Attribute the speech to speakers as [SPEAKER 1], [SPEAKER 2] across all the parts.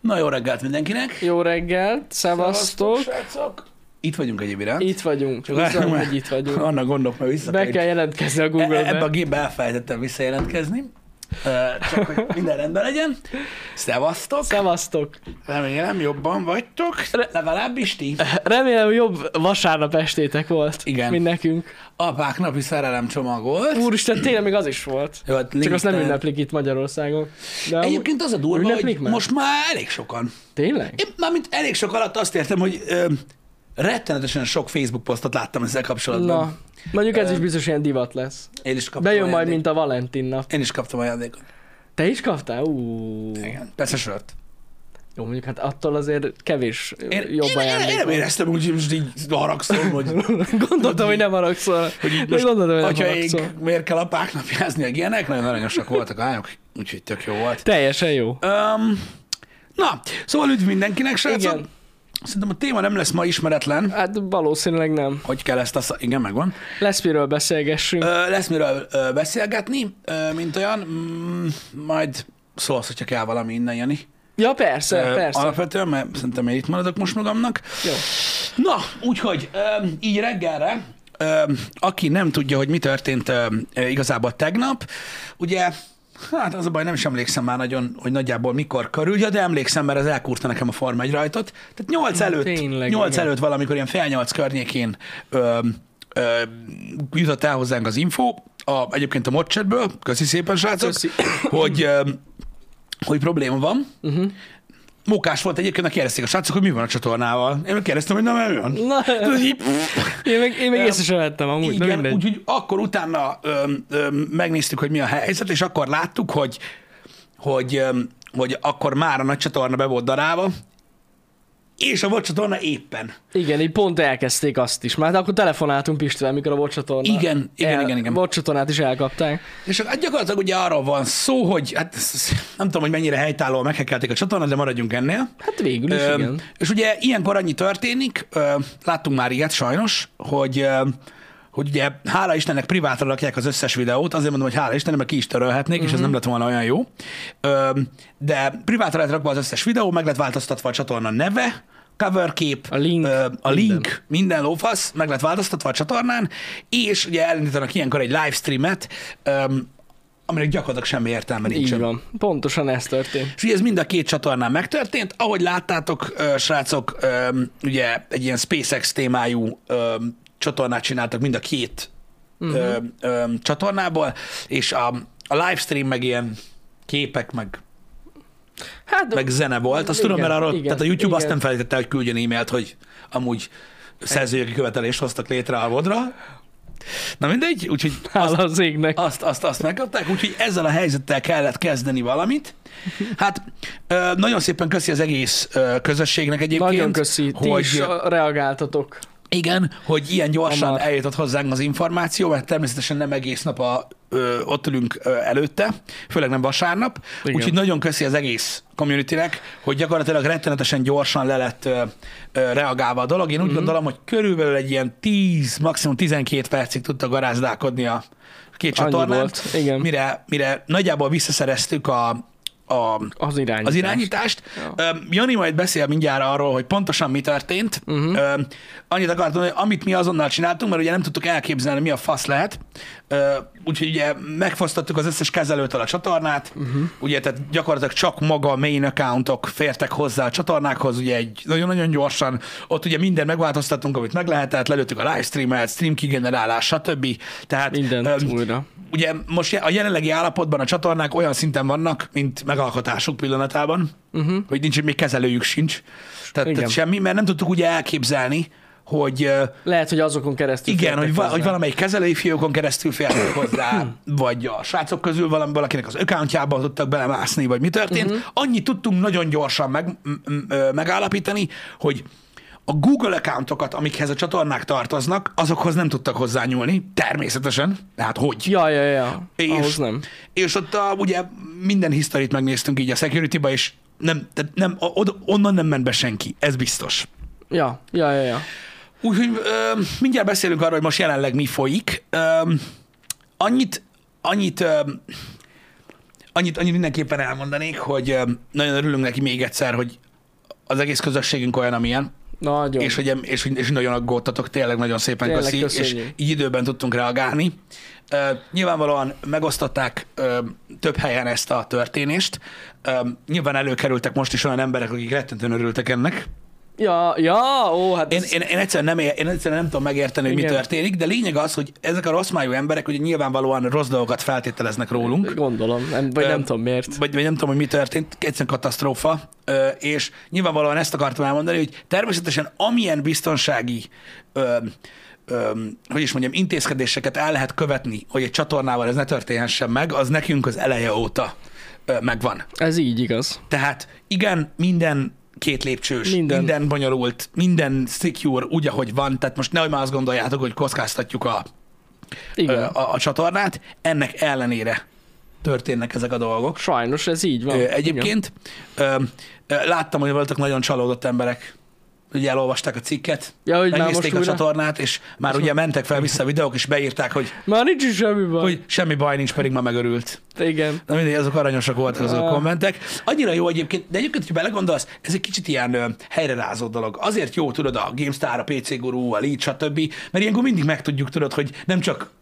[SPEAKER 1] Na jó reggelt mindenkinek!
[SPEAKER 2] Jó reggelt, szevasztok!
[SPEAKER 1] srácok! Itt vagyunk egyéb iránt.
[SPEAKER 2] Itt vagyunk,
[SPEAKER 1] Csak
[SPEAKER 2] bizony,
[SPEAKER 1] várjunk,
[SPEAKER 2] hogy itt vagyunk.
[SPEAKER 1] Annak gondok, mert vissza
[SPEAKER 2] Be kell jelentkezni a
[SPEAKER 1] E- Ebbe a
[SPEAKER 2] Google-be.
[SPEAKER 1] gépbe elfelejtettem visszajelentkezni. Ö, Csak, hogy minden rendben legyen. Szevasztok!
[SPEAKER 2] Szevasztok!
[SPEAKER 1] Remélem jobban vagytok.
[SPEAKER 2] Re-
[SPEAKER 1] Legalábbis ti.
[SPEAKER 2] Remélem jobb vasárnap estétek volt,
[SPEAKER 1] Igen.
[SPEAKER 2] mint nekünk.
[SPEAKER 1] Apák napi szerelem csomagolt.
[SPEAKER 2] Úristen, tényleg még az is volt.
[SPEAKER 1] Jó, hát
[SPEAKER 2] Csak azt nem
[SPEAKER 1] lényegtelen.
[SPEAKER 2] ünneplik itt Magyarországon. De amúgy-
[SPEAKER 1] Egyébként az a durva,
[SPEAKER 2] Ünneplik
[SPEAKER 1] hogy
[SPEAKER 2] már?
[SPEAKER 1] most már elég sokan.
[SPEAKER 2] Tényleg?
[SPEAKER 1] Én mármint elég sok alatt azt értem, hogy ö, rettenetesen sok Facebook posztot láttam ezzel kapcsolatban.
[SPEAKER 2] Na, mondjuk ez
[SPEAKER 1] Ö,
[SPEAKER 2] is biztos ilyen divat lesz.
[SPEAKER 1] Én is kaptam
[SPEAKER 2] Bejön majd,
[SPEAKER 1] ajándékot.
[SPEAKER 2] mint a Valentin nap.
[SPEAKER 1] Én is kaptam ajándékot.
[SPEAKER 2] Te is kaptál? Úúúú.
[SPEAKER 1] Igen. Persze sört.
[SPEAKER 2] Jó, mondjuk hát attól azért kevés
[SPEAKER 1] Én,
[SPEAKER 2] jobb
[SPEAKER 1] én, én, én,
[SPEAKER 2] ajándék
[SPEAKER 1] nem
[SPEAKER 2] volt.
[SPEAKER 1] éreztem úgy, hogy most így haragszom, hogy
[SPEAKER 2] Gondoltam, hogy nem haragszol.
[SPEAKER 1] Hogy így
[SPEAKER 2] De
[SPEAKER 1] most
[SPEAKER 2] gondoltam, hogy nem haragszol.
[SPEAKER 1] atyaink, miért kell apák napjázni, meg ilyenek, nagyon aranyosak voltak a lányok, úgyhogy tök jó volt.
[SPEAKER 2] Teljesen jó.
[SPEAKER 1] Um, na, szóval üdv mindenkinek, srácok.
[SPEAKER 2] Igen.
[SPEAKER 1] Szerintem a téma nem lesz ma ismeretlen,
[SPEAKER 2] Hát valószínűleg nem.
[SPEAKER 1] hogy kell ezt a... sz- Igen, megvan.
[SPEAKER 2] Lesz miről beszélgessünk.
[SPEAKER 1] Ö, lesz miről ö, beszélgetni, ö, mint olyan. Mm, majd szólsz, hogyha kell valami innen, Jani.
[SPEAKER 2] ja, persze,
[SPEAKER 1] Ö,
[SPEAKER 2] persze.
[SPEAKER 1] Alapvetően, mert szerintem én itt maradok most magamnak.
[SPEAKER 2] Jó.
[SPEAKER 1] Na, úgyhogy ö, így reggelre, ö, aki nem tudja, hogy mi történt ö, ö, igazából tegnap, ugye, hát az a baj, nem is emlékszem már nagyon, hogy nagyjából mikor körül, ja, de emlékszem, mert ez elkúrta nekem a Forma 1 rajtot. Tehát 8 előtt,
[SPEAKER 2] tényleg,
[SPEAKER 1] 8
[SPEAKER 2] igen.
[SPEAKER 1] előtt valamikor ilyen fél 8 környékén ö, ö, jutott el hozzánk az info, a, egyébként a Mocsetből, köszi szépen srácok,
[SPEAKER 2] Köszi.
[SPEAKER 1] hogy ö, hogy probléma van.
[SPEAKER 2] Mhm.
[SPEAKER 1] Uh-huh. Mókás volt egyébként, aki kérdezték a srácok, hogy mi van a csatornával. Én meg kérdeztem, hogy na, mert mi van.
[SPEAKER 2] Na,
[SPEAKER 1] Tudod, így-
[SPEAKER 2] én meg, én meg észre sem vettem amúgy, de
[SPEAKER 1] Igen,
[SPEAKER 2] mindegy.
[SPEAKER 1] úgyhogy akkor utána öm, öm, megnéztük, hogy mi a helyzet, és akkor láttuk, hogy, hogy, öm, hogy akkor már a nagy csatorna be volt darálva, és a volt csatorna éppen.
[SPEAKER 2] Igen, így pont elkezdték azt is. Már akkor telefonáltunk Pistivel, mikor a vocsatornát.
[SPEAKER 1] Igen, igen, igen, igen.
[SPEAKER 2] Vocsatornát is elkapták.
[SPEAKER 1] És hát gyakorlatilag ugye arról van szó, hogy hát ez- ez- nem tudom, hogy mennyire helytállóan meghekelték a csatornát, de maradjunk ennél.
[SPEAKER 2] Hát végül is,
[SPEAKER 1] Öm,
[SPEAKER 2] igen.
[SPEAKER 1] És ugye ilyenkor annyi történik, ö, láttunk már ilyet sajnos, hogy ö, hogy ugye hála Istennek privátra rakják az összes videót, azért mondom, hogy hála Istennek, mert ki is törölhetnék,
[SPEAKER 2] Mhm.
[SPEAKER 1] és ez nem lett volna olyan jó. Ö, De privátra lett rakva az összes videó, meg lett változtatva a csatorna neve, coverkép,
[SPEAKER 2] A link,
[SPEAKER 1] ö, a link
[SPEAKER 2] minden.
[SPEAKER 1] link, minden lófasz, meg lett változtatva a csatornán, és ugye elindítanak ilyenkor egy livestreamet, öm, aminek gyakorlatilag semmi értelme
[SPEAKER 2] Így
[SPEAKER 1] nincsen.
[SPEAKER 2] van. Pontosan ez történt.
[SPEAKER 1] És ugye ez mind a két csatornán megtörtént. Ahogy láttátok, ö, srácok, ö, ugye egy ilyen SpaceX témájú ö, csatornát csináltak mind a két ö,
[SPEAKER 2] Mhm.
[SPEAKER 1] ö, csatornából, és a, a livestream meg ilyen képek, meg,
[SPEAKER 2] Hát,
[SPEAKER 1] meg zene volt. Azt
[SPEAKER 2] Igen,
[SPEAKER 1] tudom, mert arról,
[SPEAKER 2] igen,
[SPEAKER 1] tehát a YouTube azt
[SPEAKER 2] igen.
[SPEAKER 1] nem felejtette, el, hogy küldjön e-mailt, hogy amúgy szerzőjogi követelést hoztak létre a vodra. Na mindegy, úgyhogy azt,
[SPEAKER 2] hála az égnek.
[SPEAKER 1] azt, azt, azt megkapták, úgyhogy ezzel a helyzettel kellett kezdeni valamit. Hát ö, nagyon szépen köszi az egész ö, közösségnek egyébként.
[SPEAKER 2] Nagyon köszi, ti
[SPEAKER 1] hogy,
[SPEAKER 2] is reagáltatok.
[SPEAKER 1] Igen, hogy ilyen gyorsan
[SPEAKER 2] Hamar.
[SPEAKER 1] eljutott hozzánk az információ, mert természetesen nem egész nap a, ö, ott ülünk ö, előtte, főleg nem vasárnap.
[SPEAKER 2] Igen.
[SPEAKER 1] Úgyhogy nagyon köszi az egész communitynek, hogy gyakorlatilag rettenetesen gyorsan le lett ö, ö, reagálva a dolog. Én úgy
[SPEAKER 2] Mhm.
[SPEAKER 1] gondolom, hogy körülbelül egy ilyen 10, maximum 12 percig tudta garázdálkodni a két
[SPEAKER 2] Annyi
[SPEAKER 1] csatornán
[SPEAKER 2] volt, igen.
[SPEAKER 1] mire, mire nagyjából visszaszereztük a, a,
[SPEAKER 2] Az irányítás.
[SPEAKER 1] az irányítást. Öm, Jani majd beszél mindjárt arról, hogy pontosan mi történt.
[SPEAKER 2] Mhm.
[SPEAKER 1] Uh-huh. Öm, annyit akartam, mondani, hogy amit mi azonnal csináltunk, mert ugye nem tudtuk elképzelni, mi a fasz lehet. Ö, úgyhogy ugye megfosztottuk az összes kezelőtől a csatornát,
[SPEAKER 2] Mhm.
[SPEAKER 1] uh-huh. ugye tehát gyakorlatilag csak maga a main accountok fértek hozzá a csatornákhoz, ugye egy nagyon-nagyon gyorsan, ott ugye minden megváltoztattunk, amit meg lehetett, lelőttük a livestreamet, stream kigenerálás, stb. Tehát
[SPEAKER 2] Mindent
[SPEAKER 1] öm,
[SPEAKER 2] újra.
[SPEAKER 1] ugye most a jelenlegi állapotban a csatornák olyan szinten vannak, mint megalkotásuk pillanatában, uh-huh. hogy nincs, még kezelőjük sincs. Tehát,
[SPEAKER 2] Mhm. Igen.
[SPEAKER 1] tehát semmi, mert nem tudtuk ugye elképzelni, hogy ö,
[SPEAKER 2] Lehet, hogy azokon keresztül
[SPEAKER 1] igen,
[SPEAKER 2] fértek
[SPEAKER 1] hogy, va-
[SPEAKER 2] hozzá. Mhm.
[SPEAKER 1] hogy valamelyik kezelői fiókon keresztül fértek hozzá, vagy a srácok közül valami, valakinek az accountjába tudtak belemászni, vagy mi történt.
[SPEAKER 2] Mhm.
[SPEAKER 1] Uh-huh. Annyit tudtunk nagyon gyorsan meg, m- m- ö, megállapítani, hogy a Google accountokat, amikhez a csatornák tartoznak, azokhoz nem tudtak hozzányúlni, természetesen. Tehát hogy?
[SPEAKER 2] Ja, ja, ja.
[SPEAKER 1] És-
[SPEAKER 2] Ahhoz nem.
[SPEAKER 1] És ott a, ugye minden historit megnéztünk így a security-ba, és nem, tehát nem, o- oda, onnan nem ment be senki, ez biztos.
[SPEAKER 2] Ja, ja, ja, ja.
[SPEAKER 1] Úgyhogy ö, mindjárt beszélünk arról, hogy most jelenleg mi folyik. Ö, annyit, annyit ö, annyit, annyit mindenképpen elmondanék, hogy ö, nagyon örülünk neki még egyszer, hogy az egész közösségünk olyan, amilyen,
[SPEAKER 2] Nagyon.
[SPEAKER 1] és hogy, em- és, hogy- és nagyon aggódtatok, tényleg nagyon szépen
[SPEAKER 2] Tényleg,
[SPEAKER 1] köszi, és
[SPEAKER 2] köszönjük.
[SPEAKER 1] így időben tudtunk reagálni. Ö, nyilvánvalóan megosztották ö, több helyen ezt a történést. Ö, nyilván előkerültek most is olyan emberek, akik rettentően örültek ennek.
[SPEAKER 2] Ja, ja, ó, hát
[SPEAKER 1] Én,
[SPEAKER 2] ez-
[SPEAKER 1] én, én, egyszerűen nem, ér- én egyszerűen nem tudom megérteni, hogy
[SPEAKER 2] Igen.
[SPEAKER 1] mi történik, de lényeg az, hogy ezek a rossz májú emberek ugye nyilvánvalóan rossz dolgokat feltételeznek rólunk.
[SPEAKER 2] gondolom, nem, vagy
[SPEAKER 1] Ö,
[SPEAKER 2] nem tudom miért.
[SPEAKER 1] Vagy, vagy nem tudom, hogy mi történt, egyszerűen katasztrófa, ö, és nyilvánvalóan ezt akartam elmondani, hogy természetesen amilyen biztonsági, ö, ö, hogy is mondjam, intézkedéseket el lehet követni, hogy egy csatornával ez ne történhessen meg, az nekünk az eleje óta ö, megvan.
[SPEAKER 2] Ez így igaz.
[SPEAKER 1] Tehát igen, minden két lépcsős, minden,
[SPEAKER 2] Minden.
[SPEAKER 1] minden bonyolult, minden secure, úgy, ahogy van, tehát most nehogy már azt gondoljátok, hogy kockáztatjuk a,
[SPEAKER 2] Igen.
[SPEAKER 1] ö, a, a csatornát, ennek ellenére történnek ezek a dolgok.
[SPEAKER 2] Sajnos ez így van.
[SPEAKER 1] Ö, Egyébként ö, ö, láttam, hogy voltak nagyon csalódott emberek, ugye elolvasták a cikket,
[SPEAKER 2] Ja, hogy már
[SPEAKER 1] megnézték
[SPEAKER 2] most
[SPEAKER 1] a
[SPEAKER 2] újra?
[SPEAKER 1] csatornát, és már ugye mentek fel vissza a videók, és beírták, hogy,
[SPEAKER 2] Igen. Már nincs is semmi baj.
[SPEAKER 1] hogy semmi baj nincs, pedig már megörült.
[SPEAKER 2] Igen.
[SPEAKER 1] Na mindegy, azok aranyosak voltak azok a
[SPEAKER 2] Ah.
[SPEAKER 1] kommentek. Annyira jó egyébként, de egyébként, hogyha belegondolsz, ez egy kicsit ilyen ö, helyrerázó dolog. Azért jó, tudod, a GameStar, a PC Guru, a Lead, stb., mert ilyenkor mindig megtudjuk, tudod, hogy nem csak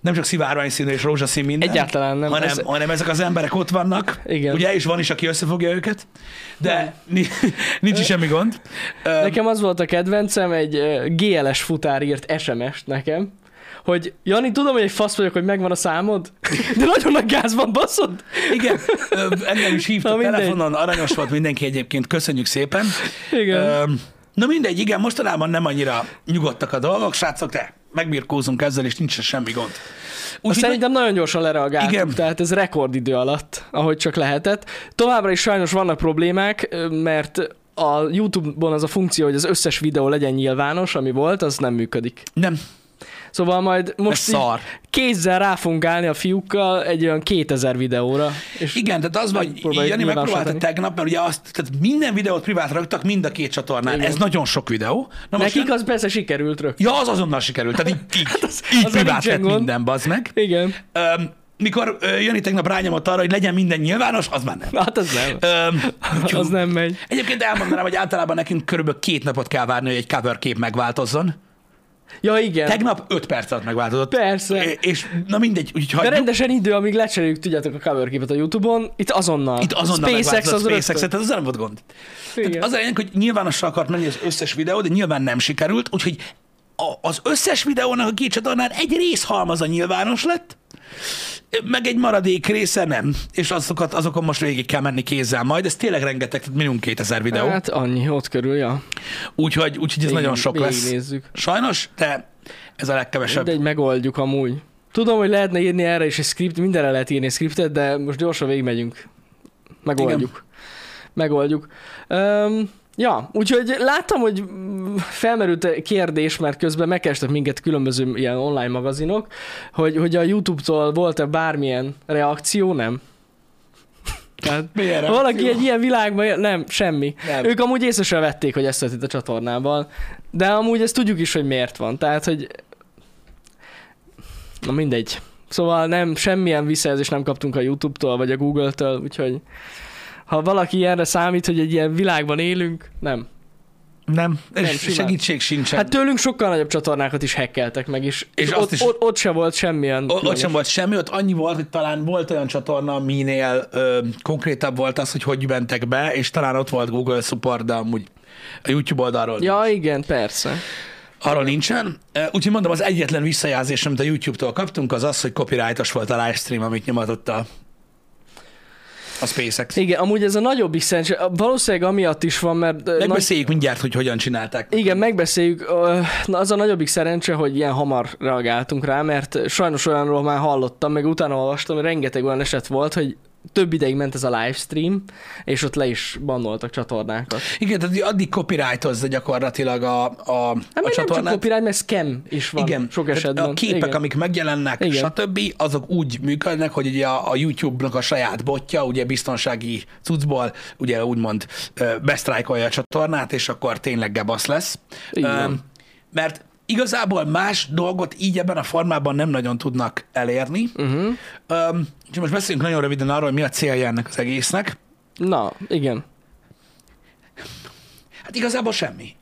[SPEAKER 1] nem csak szivárvány színű és rózsaszín minden,
[SPEAKER 2] Egyáltalán nem.
[SPEAKER 1] Hanem, ez...
[SPEAKER 2] Ez-
[SPEAKER 1] hanem ezek az emberek ott vannak,
[SPEAKER 2] Igen.
[SPEAKER 1] ugye, és van is, aki összefogja őket, de ni- nincs is semmi gond. Ö,
[SPEAKER 2] Nekem az volt a kedvencem, egy ö, GLS futár írt SMS-t nekem, hogy Jani, tudom, hogy egy fasz vagyok, hogy megvan a számod, de nagyon nagy gázban baszod.
[SPEAKER 1] Igen, ö, engem is hívtak
[SPEAKER 2] Na, mindegy.
[SPEAKER 1] telefonon, aranyos volt mindenki egyébként, köszönjük szépen.
[SPEAKER 2] Igen.
[SPEAKER 1] Öm, Na mindegy, igen, mostanában nem annyira nyugodtak a dolgok, srácok, de megbirkózunk ezzel, és nincs se semmi gond. Úgyhogy
[SPEAKER 2] Szerintem nagyon gyorsan lereagáltuk,
[SPEAKER 1] Igen.
[SPEAKER 2] Igen. tehát ez rekordidő alatt, ahogy csak lehetett. Továbbra is sajnos vannak problémák, ö, mert a YouTube-on az a funkció, hogy az összes videó legyen nyilvános, ami volt, az nem működik.
[SPEAKER 1] nem,
[SPEAKER 2] Szóval majd most
[SPEAKER 1] Ez szar.
[SPEAKER 2] kézzel rá fogunk állni a fiúkkal egy olyan 2000 videóra. És
[SPEAKER 1] igen, tehát az vagy,
[SPEAKER 2] Megpróbáljuk
[SPEAKER 1] Jani megpróbálta
[SPEAKER 2] nyilvánosítani.
[SPEAKER 1] tegnap, mert ugye azt, tehát minden videót privátra raktak mind a két csatornán.
[SPEAKER 2] Igen.
[SPEAKER 1] Ez nagyon sok videó. Na most
[SPEAKER 2] Nekik
[SPEAKER 1] jön-
[SPEAKER 2] az persze sikerült rögtön.
[SPEAKER 1] Ja, az azonnal sikerült, tehát így, így,
[SPEAKER 2] az-
[SPEAKER 1] így
[SPEAKER 2] az
[SPEAKER 1] privát
[SPEAKER 2] nincsen
[SPEAKER 1] lett
[SPEAKER 2] gond.
[SPEAKER 1] minden, bazd meg.
[SPEAKER 2] Igen.
[SPEAKER 1] Öm, mikor ö, Jani tegnap rányomott arra, hogy legyen minden nyilvános, az már nem.
[SPEAKER 2] Hát az nem.
[SPEAKER 1] Öm, úgyhogy-
[SPEAKER 2] Az nem megy.
[SPEAKER 1] Egyébként elmondanám, hogy általában nekünk körülbelül két napot kell várni, hogy egy cover kép megváltozzon.
[SPEAKER 2] Ja, igen.
[SPEAKER 1] Tegnap 5 perc alatt megváltozott.
[SPEAKER 2] Persze.
[SPEAKER 1] É- És na mindegy, úgyhogy
[SPEAKER 2] De
[SPEAKER 1] hagyjuk.
[SPEAKER 2] rendesen idő, amíg lecseréljük, tudjátok, a cover képet a YouTube-on, itt azonnal.
[SPEAKER 1] Itt azonnal
[SPEAKER 2] SpaceX az
[SPEAKER 1] SpaceX,
[SPEAKER 2] SpaceX
[SPEAKER 1] tehát az nem volt gond.
[SPEAKER 2] Igen.
[SPEAKER 1] Az a lényeg, hogy nyilvánossal akart menni az összes videó, de nyilván nem sikerült, úgyhogy a- az összes videónak a két csatornán egy részhalmaza nyilvános lett, meg egy maradék része nem, és azokat, azokon most végig kell menni kézzel majd, ez tényleg rengeteg, tehát minimum 2000 videó,
[SPEAKER 2] Hát annyi, ott körül, ja.
[SPEAKER 1] úgyhogy, úgyhogy ez nagyon sok lesz.
[SPEAKER 2] Nézzük.
[SPEAKER 1] Sajnos, de ez a legkevesebb.
[SPEAKER 2] De egy megoldjuk amúgy. Tudom, hogy lehetne írni erre is egy script, mindenre lehet írni egy scriptet, de most gyorsan végigmegyünk. Megoldjuk. Megoldjuk. Um, ja, úgyhogy láttam, hogy mm, felmerült a kérdés, mert közben megkerestek minket különböző ilyen online magazinok, hogy, hogy a YouTube-tól volt-e bármilyen reakció, nem? Tehát
[SPEAKER 1] Milyen
[SPEAKER 2] Valaki
[SPEAKER 1] reakció?
[SPEAKER 2] egy ilyen világban, él- nem, semmi.
[SPEAKER 1] Nem.
[SPEAKER 2] Nem. Ők amúgy észre sem vették, hogy ezt történt a csatornában, de amúgy ezt tudjuk is, hogy miért van. Tehát, hogy... Na mindegy. Szóval nem, semmilyen visszajelzést nem kaptunk a YouTube-tól, vagy a Google-től, úgyhogy ha valaki ilyenre számít, hogy egy ilyen világban élünk, nem.
[SPEAKER 1] Nem,
[SPEAKER 2] Nem,
[SPEAKER 1] és
[SPEAKER 2] simán.
[SPEAKER 1] segítség sincsen.
[SPEAKER 2] Hát tőlünk sokkal nagyobb csatornákat is hekkeltek meg, és,
[SPEAKER 1] És
[SPEAKER 2] és, és
[SPEAKER 1] azt
[SPEAKER 2] ott,
[SPEAKER 1] is-
[SPEAKER 2] is... Ott, ott se volt semmilyen.
[SPEAKER 1] O- ott
[SPEAKER 2] különös.
[SPEAKER 1] sem volt semmi, ott annyi volt, hogy talán volt olyan csatorna, minél ö, konkrétabb volt az, hogy hogy mentek be, és talán ott volt Google Support, de amúgy a YouTube oldalról
[SPEAKER 2] Ja, igen, persze.
[SPEAKER 1] arról nincsen. Ö, Úgyhogy mondom, az egyetlen visszajelzés, amit a YouTube-tól kaptunk, az az, hogy copyrightos volt a livestream, amit nyomatott a, a SpaceX.
[SPEAKER 2] Igen, amúgy ez a nagyobb iszentség, valószínűleg amiatt is van, mert... ö, nagy-
[SPEAKER 1] Megbeszéljük mindjárt, hogy hogyan csinálták.
[SPEAKER 2] Igen, megbeszéljük. Ö, Na, az a nagyobbik szerencse, hogy ilyen hamar reagáltunk rá, mert sajnos olyanról már hallottam, meg utána olvastam, hogy rengeteg olyan eset volt, hogy több ideig ment ez a livestream, és ott le is bannoltak csatornákat.
[SPEAKER 1] Igen, tehát addig copyrightozza gyakorlatilag a, a,
[SPEAKER 2] Hát
[SPEAKER 1] a
[SPEAKER 2] még nem csak
[SPEAKER 1] csatornát.
[SPEAKER 2] copyright, mert scam is van
[SPEAKER 1] Igen.
[SPEAKER 2] Igen. sok
[SPEAKER 1] tehát
[SPEAKER 2] esetben.
[SPEAKER 1] A képek,
[SPEAKER 2] Igen.
[SPEAKER 1] amik megjelennek, Igen.
[SPEAKER 2] Igen.
[SPEAKER 1] stb., azok úgy működnek, hogy ugye a, a YouTube-nak a saját botja, ugye biztonsági cuccból, ugye úgymond ö, besztrájkolja a csatornát, és akkor tényleg gebasz lesz.
[SPEAKER 2] Így van.
[SPEAKER 1] Öm, Mert igazából más dolgot így ebben a formában nem nagyon tudnak elérni.
[SPEAKER 2] Mhm.
[SPEAKER 1] Uh-huh. Um, úgyhogy most beszéljünk nagyon röviden arról, hogy mi a célja ennek az egésznek.
[SPEAKER 2] Na, igen.
[SPEAKER 1] Hát igazából semmi.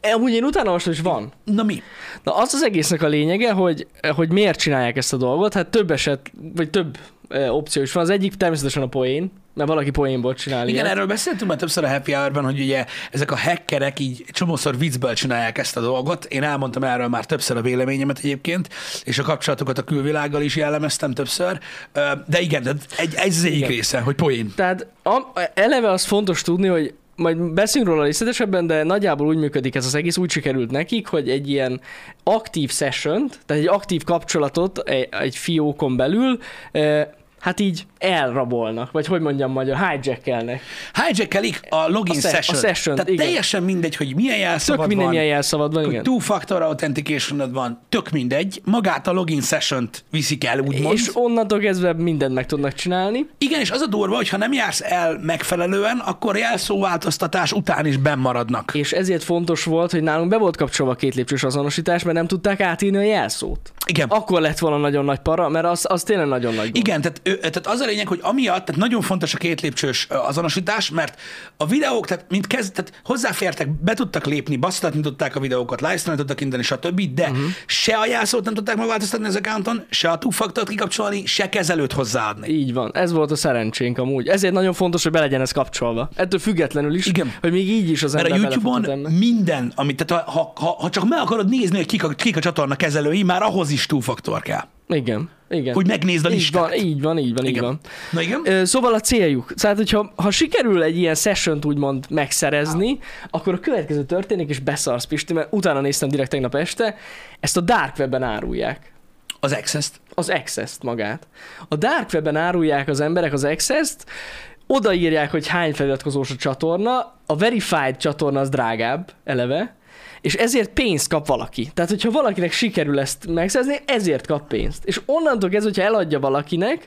[SPEAKER 2] E, Amúgy én utána most is van.
[SPEAKER 1] Na mi?
[SPEAKER 2] Na az az egésznek a lényege, hogy, hogy miért csinálják ezt a dolgot, hát több eset, vagy több e, opció is van. Az egyik természetesen a poén, mert valaki poénból csinál
[SPEAKER 1] Igen,
[SPEAKER 2] ilyet.
[SPEAKER 1] erről beszéltünk már többször a Happy Hour-ban, hogy ugye ezek a hackerek így csomószor viccből csinálják ezt a dolgot. Én elmondtam erről már többször a véleményemet egyébként, és a kapcsolatokat a külvilággal is jellemeztem többször. Ö, De igen, de egy, ez az egyik
[SPEAKER 2] Igen.
[SPEAKER 1] része, hogy poén.
[SPEAKER 2] Tehát a, eleve az fontos tudni, hogy majd beszélünk róla részletesebben, de nagyjából úgy működik ez az egész, úgy sikerült nekik, hogy egy ilyen aktív session tehát egy aktív kapcsolatot egy, egy fiókon belül, eh, hát így elrabolnak, vagy hogy mondjam magyar, hijackelnek.
[SPEAKER 1] Hijackelik a login
[SPEAKER 2] A
[SPEAKER 1] a
[SPEAKER 2] se- a
[SPEAKER 1] session.
[SPEAKER 2] session,
[SPEAKER 1] Tehát
[SPEAKER 2] igen.
[SPEAKER 1] teljesen mindegy, hogy milyen
[SPEAKER 2] Tök
[SPEAKER 1] jelszavad
[SPEAKER 2] minden
[SPEAKER 1] van,
[SPEAKER 2] ilyen jelszavad van,
[SPEAKER 1] hogy
[SPEAKER 2] igen.
[SPEAKER 1] two-factor authentication van, tök mindegy. Magát a login session-t viszik el, úgymond.
[SPEAKER 2] És onnantól kezdve mindent meg tudnak csinálni.
[SPEAKER 1] Igen, és az a durva, hogy ha nem jársz el megfelelően, akkor jelszóváltoztatás után is benn maradnak.
[SPEAKER 2] És ezért fontos volt, hogy nálunk be volt kapcsolva a két lépcsős azonosítás, mert nem tudták átírni a jelszót.
[SPEAKER 1] Igen.
[SPEAKER 2] Akkor lett volna nagyon nagy para, mert az, az tényleg nagyon nagy gond.
[SPEAKER 1] Igen, tehát, ő, tehát az a lényeg, hogy amiatt, tehát nagyon fontos a két lépcsős ö, azonosítás, mert a videók, tehát, mint kezd, tehát hozzáfértek, be tudtak lépni, basszatni tudták a videókat, livestream tudtak indítani, stb., de
[SPEAKER 2] Mhm.
[SPEAKER 1] uh-huh. se a jelszót nem tudták megváltoztatni az accounton, se a two-factort kikapcsolni, se kezelőt hozzáadni.
[SPEAKER 2] Így van, ez volt a szerencsénk amúgy. Ezért nagyon fontos, hogy be legyen ez kapcsolva. Ettől függetlenül is,
[SPEAKER 1] Igen.
[SPEAKER 2] hogy még így is az
[SPEAKER 1] Mert a
[SPEAKER 2] ember
[SPEAKER 1] YouTube-on
[SPEAKER 2] belefuthat ennek.
[SPEAKER 1] minden, amit, tehát ha, ha, ha, ha csak meg akarod nézni, hogy kik a, kik a csatorna kezelői, már ahhoz is two-factor kell.
[SPEAKER 2] Igen, igen.
[SPEAKER 1] Hogy megnézd a
[SPEAKER 2] így
[SPEAKER 1] listát.
[SPEAKER 2] van, így van, így van, igen. így van.
[SPEAKER 1] Na igen?
[SPEAKER 2] Ö, Szóval a céljuk. Tehát, hogyha ha sikerül egy ilyen session úgymond megszerezni, akkor a következő történik, és beszarsz Pisti, mert utána néztem direkt tegnap este, ezt a Dark Webben árulják.
[SPEAKER 1] Az access-t.
[SPEAKER 2] az access-t magát. A Dark Web-en árulják az emberek az access-t, odaírják, hogy hány feliratkozós a csatorna, a verified csatorna az drágább eleve, és ezért pénzt kap valaki. Tehát, hogyha valakinek sikerül ezt megszerzni, ezért kap pénzt. És onnantól kezdve, hogyha eladja valakinek,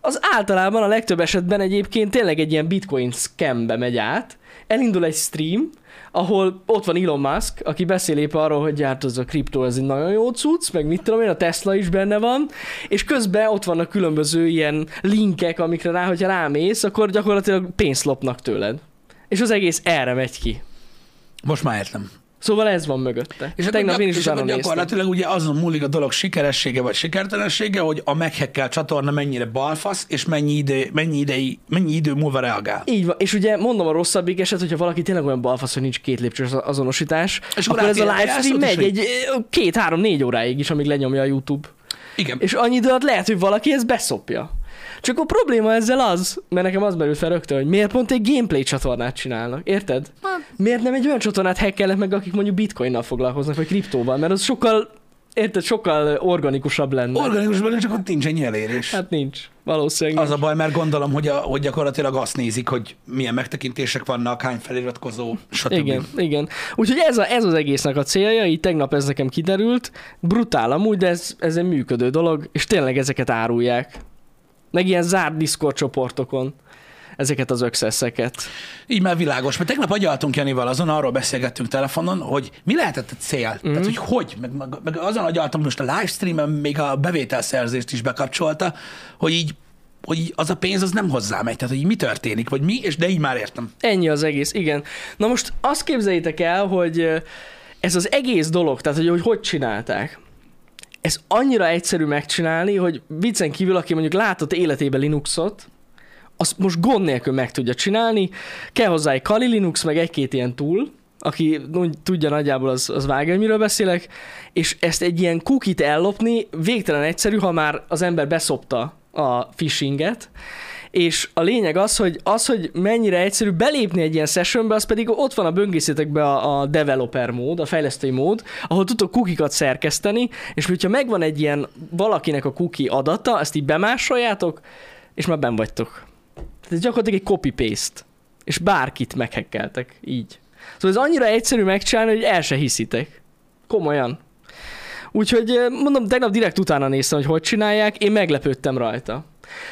[SPEAKER 2] az általában a legtöbb esetben egyébként tényleg egy ilyen bitcoin scambe megy át, elindul egy stream, ahol ott van Elon Musk, aki beszél épp arról, hogy hát az a kriptó, ez egy nagyon jó cucc, meg mit tudom én, a Tesla is benne van, és közben ott vannak különböző ilyen linkek, amikre rá, hogyha rámész, akkor gyakorlatilag pénzt lopnak tőled. És az egész erre megy ki.
[SPEAKER 1] Most már értem.
[SPEAKER 2] Szóval ez van mögötte. És
[SPEAKER 1] akkor
[SPEAKER 2] Tegnap
[SPEAKER 1] gyak-
[SPEAKER 2] én is
[SPEAKER 1] és akkor
[SPEAKER 2] utána néztem.
[SPEAKER 1] gyakorlatilag ugye azon múlik a dolog sikeressége vagy sikertelensége, hogy a meghekkel csatorna mennyire balfasz, és mennyi, idő, mennyi, idei, mennyi idő múlva reagál.
[SPEAKER 2] Így van, és ugye mondom a rosszabbik eset, hogyha valaki tényleg olyan balfasz, hogy nincs két lépcsős azonosítás,
[SPEAKER 1] És
[SPEAKER 2] és
[SPEAKER 1] akkor
[SPEAKER 2] akkor ez a
[SPEAKER 1] átérje a
[SPEAKER 2] livestream
[SPEAKER 1] jelszót is,
[SPEAKER 2] megy egy ö, két-három-négy óráig is, amíg lenyomja a YouTube.
[SPEAKER 1] Igen.
[SPEAKER 2] És annyi időt lehet, hogy valaki ezt beszopja. Csak a probléma ezzel az, mert nekem az merült fel rögtön, hogy miért pont egy gameplay csatornát csinálnak, érted? Miért nem egy olyan csatornát hackelnek meg, akik mondjuk bitcoinnal foglalkoznak, vagy kriptóval, mert az sokkal, érted, sokkal organikusabb lenne.
[SPEAKER 1] Organikusban csak ott nincs ennyi elérés.
[SPEAKER 2] hát nincs, valószínűleg.
[SPEAKER 1] Az
[SPEAKER 2] Az
[SPEAKER 1] a baj, mert gondolom, hogy, a, hogy gyakorlatilag azt nézik, hogy milyen megtekintések vannak, hány feliratkozó, stb.
[SPEAKER 2] Igen, igen. Úgyhogy ez, a, ez az egésznek a célja, így tegnap ez nekem kiderült. Brutál amúgy, de ez, ez egy működő dolog, és tényleg ezeket árulják. Meg ilyen zárt Discord csoportokon ezeket az ökszeszeket.
[SPEAKER 1] Így már világos. Mert tegnap agyaltunk Janival azon, arról beszélgettünk telefonon, hogy mi lehetett a cél.
[SPEAKER 2] Mhm.
[SPEAKER 1] Mm. Tehát, hogy hogy, meg, meg, meg azon agyaltam, most a livestreamen még a bevételszerzést is bekapcsolta, hogy így hogy így az a pénz az nem hozzámegy, tehát hogy így mi történik, vagy mi, és de így már értem.
[SPEAKER 2] Ennyi az egész, igen. Na most azt képzeljétek el, hogy ö, ez az egész dolog, tehát hogy hogy, hogy csinálták, ez annyira egyszerű megcsinálni, hogy viccen kívül, aki mondjuk látott életében Linuxot, azt most gond nélkül meg tudja csinálni, kell hozzá egy Kali Linux, meg egy-két ilyen túl, aki úgy tudja nagyjából, az, az vágja, hogy miről beszélek, és ezt egy ilyen kukit ellopni végtelen egyszerű, ha már az ember beszopta a phishinget, és a lényeg az, hogy az, hogy mennyire egyszerű belépni egy ilyen sessionbe, az pedig ott van a böngészétekben a, a developer mód, a fejlesztői mód, ahol tudtok kukikat szerkeszteni, és hogyha megvan egy ilyen valakinek a kuki adata, ezt így bemásoljátok, és már ben vagytok. Tehát ez gyakorlatilag egy copy-paste. És bárkit meghekkeltek, így. Szóval ez annyira egyszerű megcsinálni, hogy el se hiszitek. Komolyan. Úgyhogy eh, mondom, tegnap direkt utána néztem, hogy hogy csinálják, én meglepődtem rajta.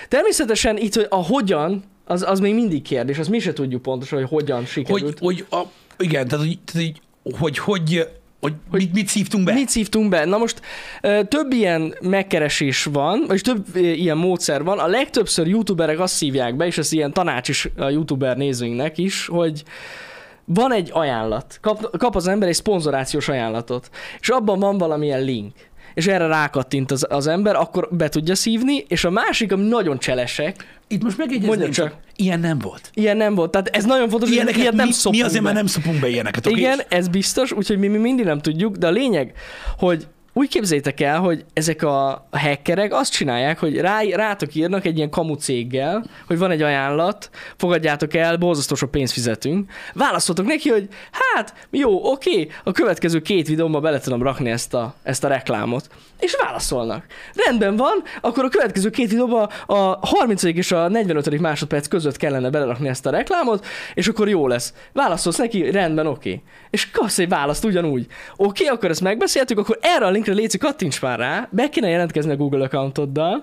[SPEAKER 2] Természetesen itt, hogy a hogyan, az, az még mindig kérdés, azt mi se tudjuk pontosan, hogy hogyan sikerült.
[SPEAKER 1] Hogy, hogy a, igen, tehát hogy, tehát, hogy, hogy, hogy, hogy, hogy mit, mit szívtunk be.
[SPEAKER 2] Mit szívtunk be? Na most ö, több ilyen megkeresés van, és több ö, ilyen módszer van. A legtöbbször youtuberek azt szívják be, és ez ilyen tanács is a youtuber nézőinknek is, hogy van egy ajánlat, kap, kap az ember egy szponzorációs ajánlatot, és abban van valamilyen link és erre rákattint az, az ember, akkor be tudja szívni, és a másik, ami nagyon cselesek,
[SPEAKER 1] Itt most
[SPEAKER 2] Mondja
[SPEAKER 1] megjegyezném,
[SPEAKER 2] csak.
[SPEAKER 1] csak. ilyen nem volt.
[SPEAKER 2] ilyen nem volt. Tehát ez nagyon fontos, hogy
[SPEAKER 1] Ilyeneket
[SPEAKER 2] ilyet nem
[SPEAKER 1] mi,
[SPEAKER 2] szopunk
[SPEAKER 1] mi azért
[SPEAKER 2] be.
[SPEAKER 1] már nem szopunk be ilyeneket, oké?
[SPEAKER 2] Igen, ez biztos, úgyhogy mi, mi mindig nem tudjuk, de a lényeg, hogy úgy képzétek el, hogy ezek a hackerek azt csinálják, hogy rá, rátok írnak egy ilyen kamu céggel, hogy van egy ajánlat, fogadjátok el, borzasztó sok pénzt fizetünk. Válaszoltok neki, hogy hát jó, oké, a következő két videómba bele tudom rakni ezt a, ezt a reklámot. És válaszolnak. Rendben van, akkor a következő két videóban a 30. és a 45. másodperc között kellene belerakni ezt a reklámot, és akkor jó lesz. Válaszolsz neki, rendben, oké. És kapsz egy választ ugyanúgy. Oké, akkor ezt megbeszéltük, akkor erre a linkre léci kattints már rá, be kéne jelentkezni a Google accountoddal,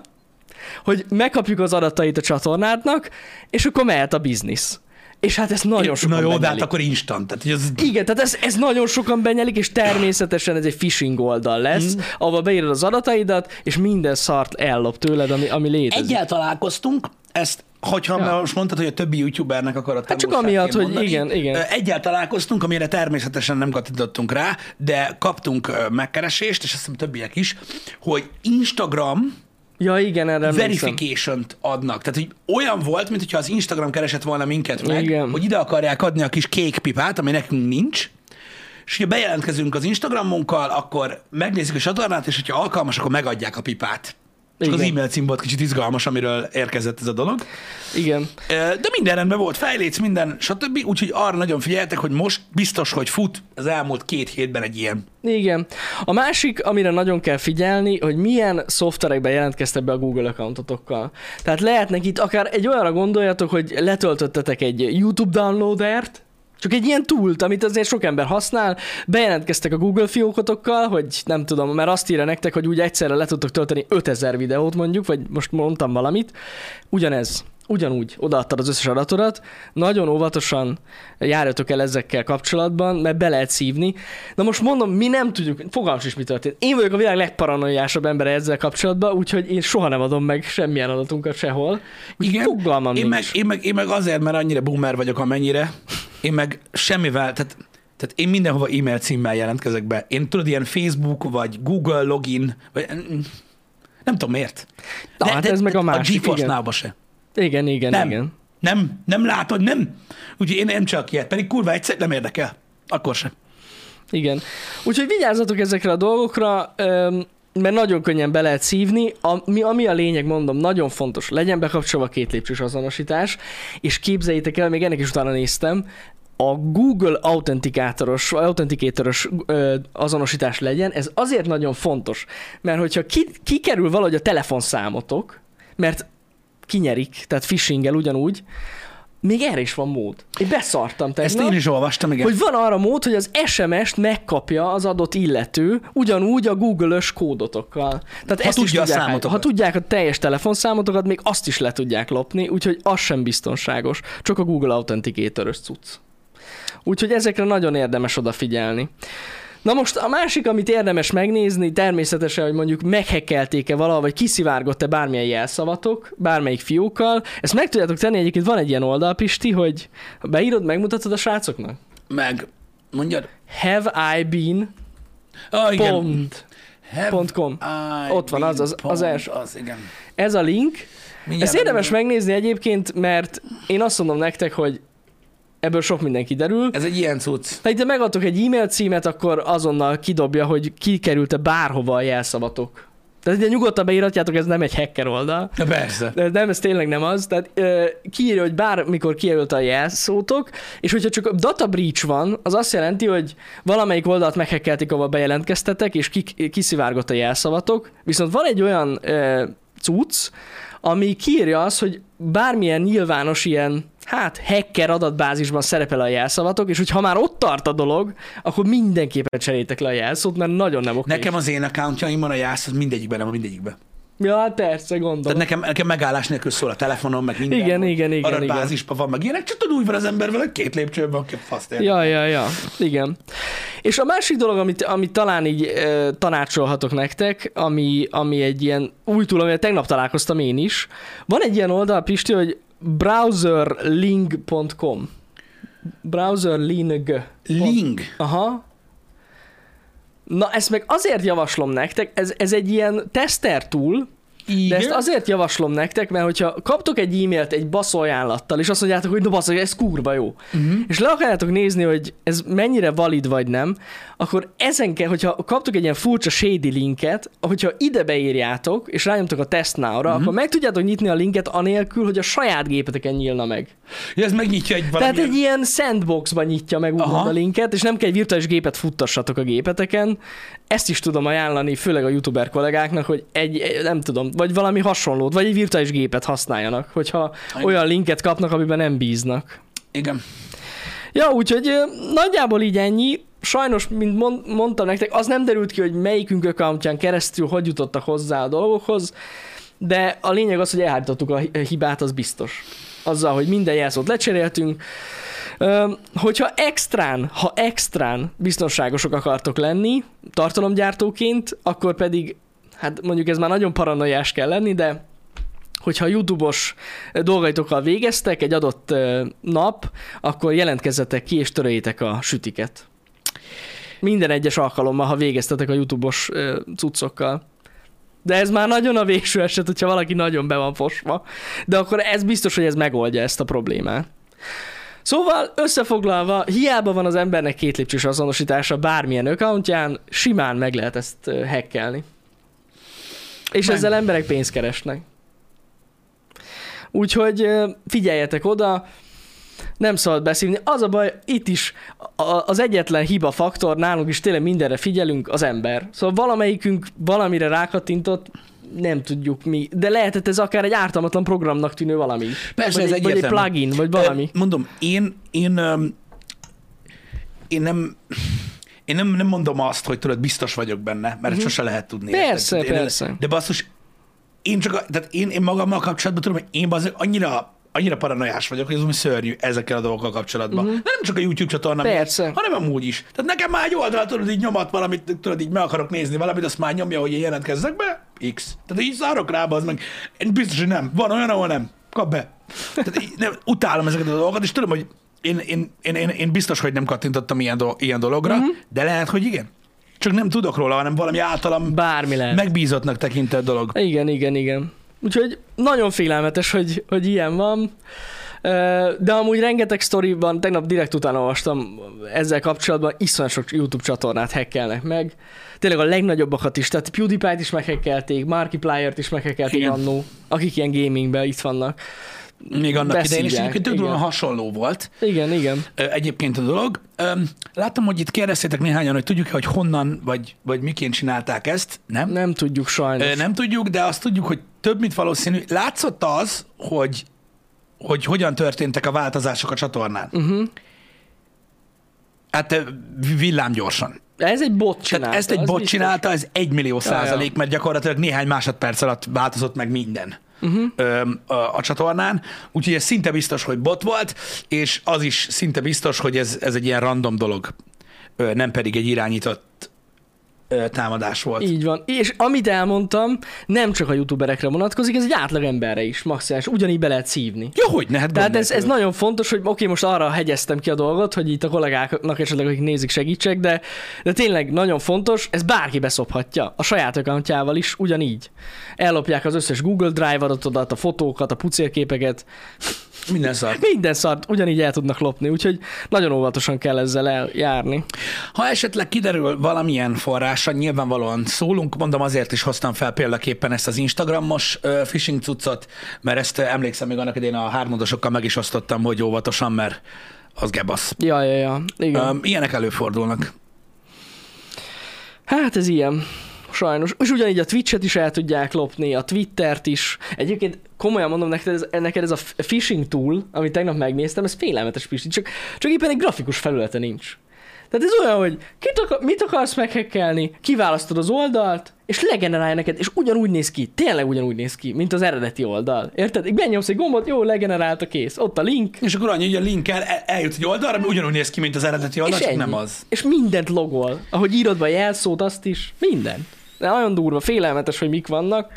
[SPEAKER 2] hogy megkapjuk az adatait a csatornádnak, és akkor mehet a biznisz. És hát ezt nagyon sokan
[SPEAKER 1] Na jó, de
[SPEAKER 2] benyelik.
[SPEAKER 1] hát akkor instant. Tehát, hogy az,
[SPEAKER 2] Igen, tehát ez, ez nagyon sokan benyelik, és természetesen ez egy phishing oldal lesz, mm. ahol beírod az adataidat, és minden szart ellop tőled, ami, ami létezik.
[SPEAKER 1] Egyel találkoztunk, ezt hogyha
[SPEAKER 2] Ja.
[SPEAKER 1] ja. most mondtad, hogy a többi youtubernek akarod
[SPEAKER 2] Hát csak
[SPEAKER 1] tanulságként
[SPEAKER 2] amiatt, hogy
[SPEAKER 1] mondani,
[SPEAKER 2] igen, igen.
[SPEAKER 1] ö, Egyel találkoztunk, amire természetesen nem kattintottunk rá, de kaptunk ö, megkeresést, és azt hiszem többiek is, hogy Instagram
[SPEAKER 2] Ja, igen, erre emlékszem.
[SPEAKER 1] verification adnak. Tehát, hogy olyan volt, mintha az Instagram keresett volna minket meg,
[SPEAKER 2] Igen.
[SPEAKER 1] hogy ide akarják adni a kis kék pipát, ami nekünk nincs, és hogyha bejelentkezünk az Instagramunkkal, akkor megnézik a csatornát, és hogyha alkalmas, akkor megadják a pipát. Csak az
[SPEAKER 2] Igen.
[SPEAKER 1] e-mail cím volt kicsit izgalmas, amiről érkezett ez a dolog.
[SPEAKER 2] Igen.
[SPEAKER 1] Ö, De minden rendben volt, fejlétsz, minden, stb. Úgyhogy arra nagyon figyeltek, hogy most biztos, hogy fut az elmúlt két hétben egy ilyen.
[SPEAKER 2] Igen. A másik, amire nagyon kell figyelni, hogy milyen szoftverekben jelentkeztek be a Google accountotokkal. Tehát lehetnek itt akár egy olyanra gondoljatok, hogy letöltöttetek egy YouTube downloadert, csak egy ilyen túlt, amit azért sok ember használ, bejelentkeztek a Google fiókotokkal, hogy nem tudom, mert azt írja nektek, hogy úgy egyszerre le tudtok tölteni 5000 videót mondjuk, vagy most mondtam valamit, ugyanez ugyanúgy odaadtad az összes adatodat, nagyon óvatosan járjatok el ezekkel kapcsolatban, mert be lehet szívni. Na most mondom, mi nem tudjuk, fogalmas is mi történt. Én vagyok a világ legparanoiásabb embere ezzel kapcsolatban, úgyhogy én soha nem adom meg semmilyen adatunkat sehol. Úgyhogy
[SPEAKER 1] Igen.
[SPEAKER 2] fogalmam
[SPEAKER 1] Én
[SPEAKER 2] nincs.
[SPEAKER 1] meg, én, meg, én meg azért, mert annyira boomer vagyok, amennyire. Én meg semmivel, tehát, tehát én mindenhova e-mail címmel jelentkezek be. Én tudod, ilyen Facebook, vagy Google login, vagy nem tudom miért.
[SPEAKER 2] Na, hát ez meg a másik,
[SPEAKER 1] A GeForce
[SPEAKER 2] igen.
[SPEAKER 1] Now-ba se.
[SPEAKER 2] Igen, igen,
[SPEAKER 1] Nem.
[SPEAKER 2] igen.
[SPEAKER 1] Nem, nem látod, nem. Úgyhogy én nem csak ilyet, pedig kurva egyszer nem érdekel. Akkor se.
[SPEAKER 2] Igen. Úgyhogy vigyázzatok ezekre a dolgokra, öm, mert nagyon könnyen be lehet szívni. A, mi, ami a lényeg, mondom, nagyon fontos, legyen bekapcsolva a két lépcsős azonosítás, és képzeljétek el, még ennek is utána néztem, a Google autentikátoros, autentikátoros ö, azonosítás legyen, ez azért nagyon fontos, mert hogyha ki, kikerül valahogy a telefonszámotok, mert kinyerik, tehát phishing ugyanúgy, még erre is van mód. Én beszartam tegnap.
[SPEAKER 1] Ezt én is olvastam, igen.
[SPEAKER 2] Hogy van arra mód, hogy az SMS-t megkapja az adott illető, ugyanúgy a Google-ös kódotokkal. Tehát
[SPEAKER 1] Ha
[SPEAKER 2] ezt is
[SPEAKER 1] tudja a
[SPEAKER 2] tudják,
[SPEAKER 1] számotokat.
[SPEAKER 2] Ha tudják a teljes telefonszámotokat, még azt is le tudják lopni, úgyhogy az sem biztonságos. Csak a Google Authenticator-ös cucc. Úgyhogy ezekre nagyon érdemes odafigyelni. Na most a másik, amit érdemes megnézni, természetesen, hogy mondjuk meghekkelték-e valahol, vagy kiszivárgott-e bármilyen jelszavatok, bármelyik fiókkal. Ezt meg tudjátok tenni, egyébként van egy ilyen oldal, Pisti, hogy ha beírod, megmutatod a srácoknak.
[SPEAKER 1] Meg, mondjad.
[SPEAKER 2] Have I been
[SPEAKER 1] Ah, igen.
[SPEAKER 2] pont,
[SPEAKER 1] Have
[SPEAKER 2] pont com.
[SPEAKER 1] I
[SPEAKER 2] Ott van, az-
[SPEAKER 1] been
[SPEAKER 2] az- az
[SPEAKER 1] pont-
[SPEAKER 2] első.
[SPEAKER 1] Az, igen.
[SPEAKER 2] Ez a link.
[SPEAKER 1] Mindjárt
[SPEAKER 2] Ezt érdemes
[SPEAKER 1] megmondom.
[SPEAKER 2] megnézni egyébként, mert én azt mondom nektek, hogy ebből sok minden kiderül.
[SPEAKER 1] Ez egy ilyen cucc.
[SPEAKER 2] Ha ide megadtok egy e-mail címet, akkor azonnal kidobja, hogy kikerült-e bárhova a jelszavatok. Tehát ide nyugodtan beíratjátok, ez nem egy hacker oldal.
[SPEAKER 1] Na persze.
[SPEAKER 2] De nem, ez tényleg nem az. Tehát ö, kiírja, hogy bármikor kijelölt a jelszótok, és hogyha csak data breach van, az azt jelenti, hogy valamelyik oldalt meghekkelték, ahova bejelentkeztetek, és ki, kiszivárgott a jelszavatok. Viszont van egy olyan ö, cucc, ami kiírja azt, hogy bármilyen nyilvános ilyen, hát hacker adatbázisban szerepel a jelszavatok, és hogyha már ott tart a dolog, akkor mindenképpen cseréljétek le a jelszót, mert nagyon nem oké.
[SPEAKER 1] Nekem az én accountjaimon a jász, az mindegyikben, nem a mindegyikben.
[SPEAKER 2] Ja, hát persze, gondolom.
[SPEAKER 1] Tehát nekem, nekem megállás nélkül szól a telefonom, meg minden.
[SPEAKER 2] Igen,
[SPEAKER 1] hogy
[SPEAKER 2] igen, igen, igen.
[SPEAKER 1] Adatbázisban van, meg ilyenek, csak tudod, úgy van az ember vele, két lépcsőben van, két fasz tényleg.
[SPEAKER 2] Ja, ja, ja, igen. És a másik dolog, amit, amit talán így ö, tanácsolhatok nektek, ami, ami egy ilyen új túl, amivel tegnap találkoztam én is, van egy ilyen oldal, Pisti, hogy browserling.com browserling.
[SPEAKER 1] Ling.
[SPEAKER 2] Aha. Na, ezt meg azért javaslom nektek, ez, ez egy ilyen tester tool, de
[SPEAKER 1] Igen.
[SPEAKER 2] ezt azért javaslom nektek, mert hogyha kaptok egy e-mailt egy basz ajánlattal, és azt mondjátok, hogy no basz, ez kurva jó, uh-huh. és le akarjátok nézni, hogy ez mennyire valid vagy nem, akkor ezen kell, hogyha kaptok egy ilyen furcsa shady linket, hogyha ide beírjátok, és rányomtok a test now-ra, uh-huh. akkor meg tudjátok nyitni a linket anélkül, hogy a saját gépeteken nyílna meg.
[SPEAKER 1] Ja, ez megnyitja egy valami.
[SPEAKER 2] Tehát egy ilyen sandboxban nyitja meg úgymond
[SPEAKER 1] Aha.
[SPEAKER 2] a linket, és nem kell egy virtuális gépet futtassatok a gépeteken. Ezt is tudom ajánlani, főleg a youtuber kollégáknak, hogy egy, egy- nem tudom, vagy valami hasonlót, vagy egy virtuális gépet használjanak, hogyha
[SPEAKER 1] Igen.
[SPEAKER 2] olyan linket kapnak, amiben nem bíznak.
[SPEAKER 1] Igen.
[SPEAKER 2] Ja, úgyhogy ö, nagyjából így ennyi. Sajnos, mint mond, mondtam nektek, az nem derült ki, hogy melyikünk accountján keresztül hogy jutottak hozzá a dolgokhoz, de a lényeg az, hogy elhárítottuk a hi- a hibát, az biztos. Azzal, hogy minden jelszót lecseréltünk. Öm, Hogyha extrán, ha extrán biztonságosak akartok lenni, tartalomgyártóként, akkor pedig, hát mondjuk ez már nagyon paranoiás kell lenni, de hogyha YouTube-os dolgaitokkal végeztek egy adott ö, nap, akkor jelentkezzetek ki és töröljétek a sütiket. Minden egyes alkalommal, ha végeztetek a YouTube-os ö, cuccokkal. De ez már nagyon a végső eset, hogyha valaki nagyon be van fosva. De akkor ez biztos, hogy ez megoldja ezt a problémát. Szóval összefoglalva, hiába van az embernek két lépcsős azonosítása bármilyen accountján, simán meg lehet ezt ö, hackelni. És
[SPEAKER 1] Meg-
[SPEAKER 2] ezzel emberek pénzt keresnek. Úgyhogy ö, figyeljetek oda, nem szabad beszélni. Az a baj, itt is a- az egyetlen hiba faktor, nálunk is tényleg mindenre figyelünk, az ember. Szóval valamelyikünk valamire rákattintott, nem tudjuk mi. De lehetett ez akár egy ártalmatlan programnak tűnő valami is.
[SPEAKER 1] Persze,
[SPEAKER 2] vagy
[SPEAKER 1] ez
[SPEAKER 2] egy, vagy egy
[SPEAKER 1] egyértelmű.
[SPEAKER 2] plugin, vagy valami.
[SPEAKER 1] Ö, Mondom, én, én, öm, én nem, én nem, nem mondom azt, hogy tudod, biztos vagyok benne, mert mm sose lehet tudni.
[SPEAKER 2] Mhm. Persze,
[SPEAKER 1] érted? Én-
[SPEAKER 2] persze.
[SPEAKER 1] De basszus, én csak, a- tehát én, én magammal kapcsolatban tudom, hogy én azért annyira, annyira paranoiás vagyok, hogy ez valami szörnyű ezekkel a dolgokkal kapcsolatban. De nem csak a YouTube csatorna, miatt,
[SPEAKER 2] Mhm. Persze.
[SPEAKER 1] hanem amúgy is. Tehát nekem már egy oldal, tudod, így nyomat valamit, tudod, így meg akarok nézni valamit, azt már nyomja, hogy én jelentkezzek be, X. Tehát így szárok rá, az meg. Én biztos, hogy nem. Van olyan, ahol nem. Kap be. Tehát így, nem, utálom ezeket a dolgokat, és tudom, hogy én, én, én, én, én biztos, hogy nem kattintottam ilyen, do, ilyen dologra,
[SPEAKER 2] Mhm.
[SPEAKER 1] de lehet, hogy igen. Csak nem tudok róla, hanem valami általam
[SPEAKER 2] Bármi lehet.
[SPEAKER 1] megbízottnak tekintett dolog.
[SPEAKER 2] Igen, igen, igen. Úgyhogy nagyon félelmetes, hogy, hogy ilyen van. Ö, De amúgy rengeteg sztoriban, tegnap direkt utána olvastam ezzel kapcsolatban, iszonyat sok YouTube csatornát hackelnek meg. Tényleg a legnagyobbakat is, tehát PewDiePie-t is meghekkelték, Markiplier-t is meghekkelték
[SPEAKER 1] Igen.
[SPEAKER 2] annó, akik ilyen gamingben itt vannak.
[SPEAKER 1] Még annak idején is
[SPEAKER 2] Beszívják,
[SPEAKER 1] egyébként tök
[SPEAKER 2] igen.
[SPEAKER 1] durván hasonló volt.
[SPEAKER 2] Igen, igen.
[SPEAKER 1] Ö, egyébként a dolog. Öm, Láttam, hogy itt kérdeztétek néhányan, hogy tudjuk-e, hogy honnan vagy, vagy miként csinálták ezt. Nem?
[SPEAKER 2] Nem tudjuk sajnos.
[SPEAKER 1] Ö, Nem tudjuk, de azt tudjuk, hogy több, mint valószínű. Látszott az, hogy, hogy hogyan történtek a változások a csatornán. Uh-huh.
[SPEAKER 2] Mhm.
[SPEAKER 1] Hát ö, villámgyorsan.
[SPEAKER 2] Ez egy bot csinálta.
[SPEAKER 1] Tehát ezt egy
[SPEAKER 2] az
[SPEAKER 1] bot
[SPEAKER 2] biztos.
[SPEAKER 1] csinálta, ez egy millió
[SPEAKER 2] ja.
[SPEAKER 1] százalék, mert gyakorlatilag néhány másodperc alatt változott meg minden
[SPEAKER 2] Mhm.
[SPEAKER 1] uh-huh. a, a csatornán. Úgyhogy ez szinte biztos, hogy bot volt, és az is szinte biztos, hogy ez, ez egy ilyen random dolog, ö, nem pedig egy irányított ö, támadás volt.
[SPEAKER 2] Így van. És amit elmondtam, nem csak a youtuberekre vonatkozik, ez egy átlag emberre is, maximális. Ugyanígy be lehet szívni.
[SPEAKER 1] Jó, hogy ne, hát
[SPEAKER 2] Tehát ez, ez
[SPEAKER 1] gondolkodod.
[SPEAKER 2] nagyon fontos, hogy oké, most arra hegyeztem ki a dolgot, hogy itt a kollégáknak esetleg, akik nézik, segítsek, de, de tényleg nagyon fontos, ez bárki beszophatja, a saját accountjával is ugyanígy. Ellopják az összes Google Drive adatodat, a fotókat, a pucérképeket,
[SPEAKER 1] minden szar.
[SPEAKER 2] minden szart ugyanígy el tudnak lopni, úgyhogy nagyon óvatosan kell ezzel eljárni.
[SPEAKER 1] Ha esetleg kiderül valamilyen forrása, nyilvánvalóan szólunk, mondom azért is hoztam fel példaképpen ezt az Instagramos ö, phishing cuccot, mert ezt ö, emlékszem még annak idén a hármondosokkal meg is osztottam, hogy óvatosan, mert az gebasz.
[SPEAKER 2] Ja, ja, ja, igen.
[SPEAKER 1] Öm, ilyenek előfordulnak.
[SPEAKER 2] Hát ez ilyen, sajnos. És ugyanígy a Twitch-et is el tudják lopni, a Twittert is. Egyébként komolyan mondom neked, ez, neked ez a f- phishing tool, amit tegnap megnéztem, ez félelmetes Pisti, csak, csak éppen egy grafikus felülete nincs. Tehát ez olyan, hogy kit akar, mit akarsz meghekkelni, kiválasztod az oldalt, és legenerálja neked, és ugyanúgy néz ki, tényleg ugyanúgy néz ki, mint az eredeti oldal. Érted? Így benyomsz egy gombot, jó, legenerált a kész. Ott a link,
[SPEAKER 1] És akkor annyi, hogy a linkkel el- e-, eljut egy oldalra, ami ugyanúgy néz ki, mint az eredeti oldal,
[SPEAKER 2] és
[SPEAKER 1] csak
[SPEAKER 2] ennyi.
[SPEAKER 1] nem az.
[SPEAKER 2] És mindent logol. Ahogy írod be a jelszót, azt is. Minden. De nagyon durva, félelmetes, hogy mik vannak.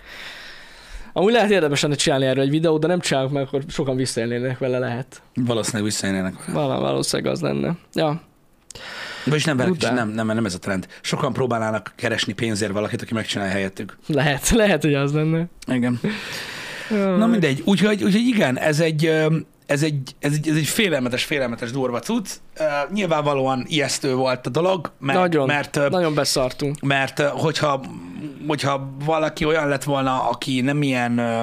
[SPEAKER 2] Amúgy lehet érdemes lenne csinálni erről egy videót, de nem csinálok, mert akkor sokan visszaélnének vele lehet.
[SPEAKER 1] Valószínűleg visszajönnek.
[SPEAKER 2] Val- valószínűleg az lenne. Ja.
[SPEAKER 1] Vagyis nem, velük,
[SPEAKER 2] Brutál.
[SPEAKER 1] nem, nem, nem ez a trend. Sokan próbálnának keresni pénzért valakit, aki megcsinálja helyettük.
[SPEAKER 2] Lehet, lehet, hogy az lenne.
[SPEAKER 1] Igen. Na mindegy, úgyhogy, úgyhogy igen, ez egy, ö, ez egy, ez egy, ez egy félelmetes, félelmetes durva cucc. Ö, Nyilvánvalóan ijesztő volt a dolog, mert,
[SPEAKER 2] nagyon,
[SPEAKER 1] mert, ö,
[SPEAKER 2] nagyon beszartunk.
[SPEAKER 1] mert ö, hogyha, hogyha valaki olyan lett volna, aki nem ilyen, ö,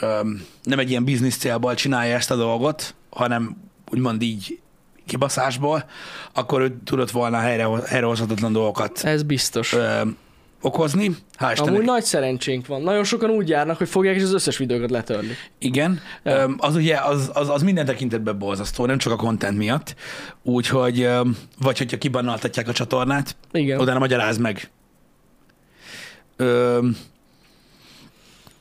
[SPEAKER 1] ö, nem egy ilyen biznisz célból csinálja ezt a dolgot, hanem úgymond így kibaszásból, akkor ő tudott volna helyre, helyrehozhatatlan dolgokat
[SPEAKER 2] Ez biztos.
[SPEAKER 1] ö, okozni. Hál' Istennek.
[SPEAKER 2] Amúgy nagy szerencsénk van. Nagyon sokan úgy járnak, hogy fogják és az összes videókat letörni.
[SPEAKER 1] Igen,
[SPEAKER 2] Ja.
[SPEAKER 1] Öm, az ugye, az, az, az minden tekintetben borzasztó, nem csak a content miatt, úgyhogy, öm, vagy hogyha kibannaltatják a csatornát,
[SPEAKER 2] Igen.
[SPEAKER 1] utána magyaráz meg. Öm,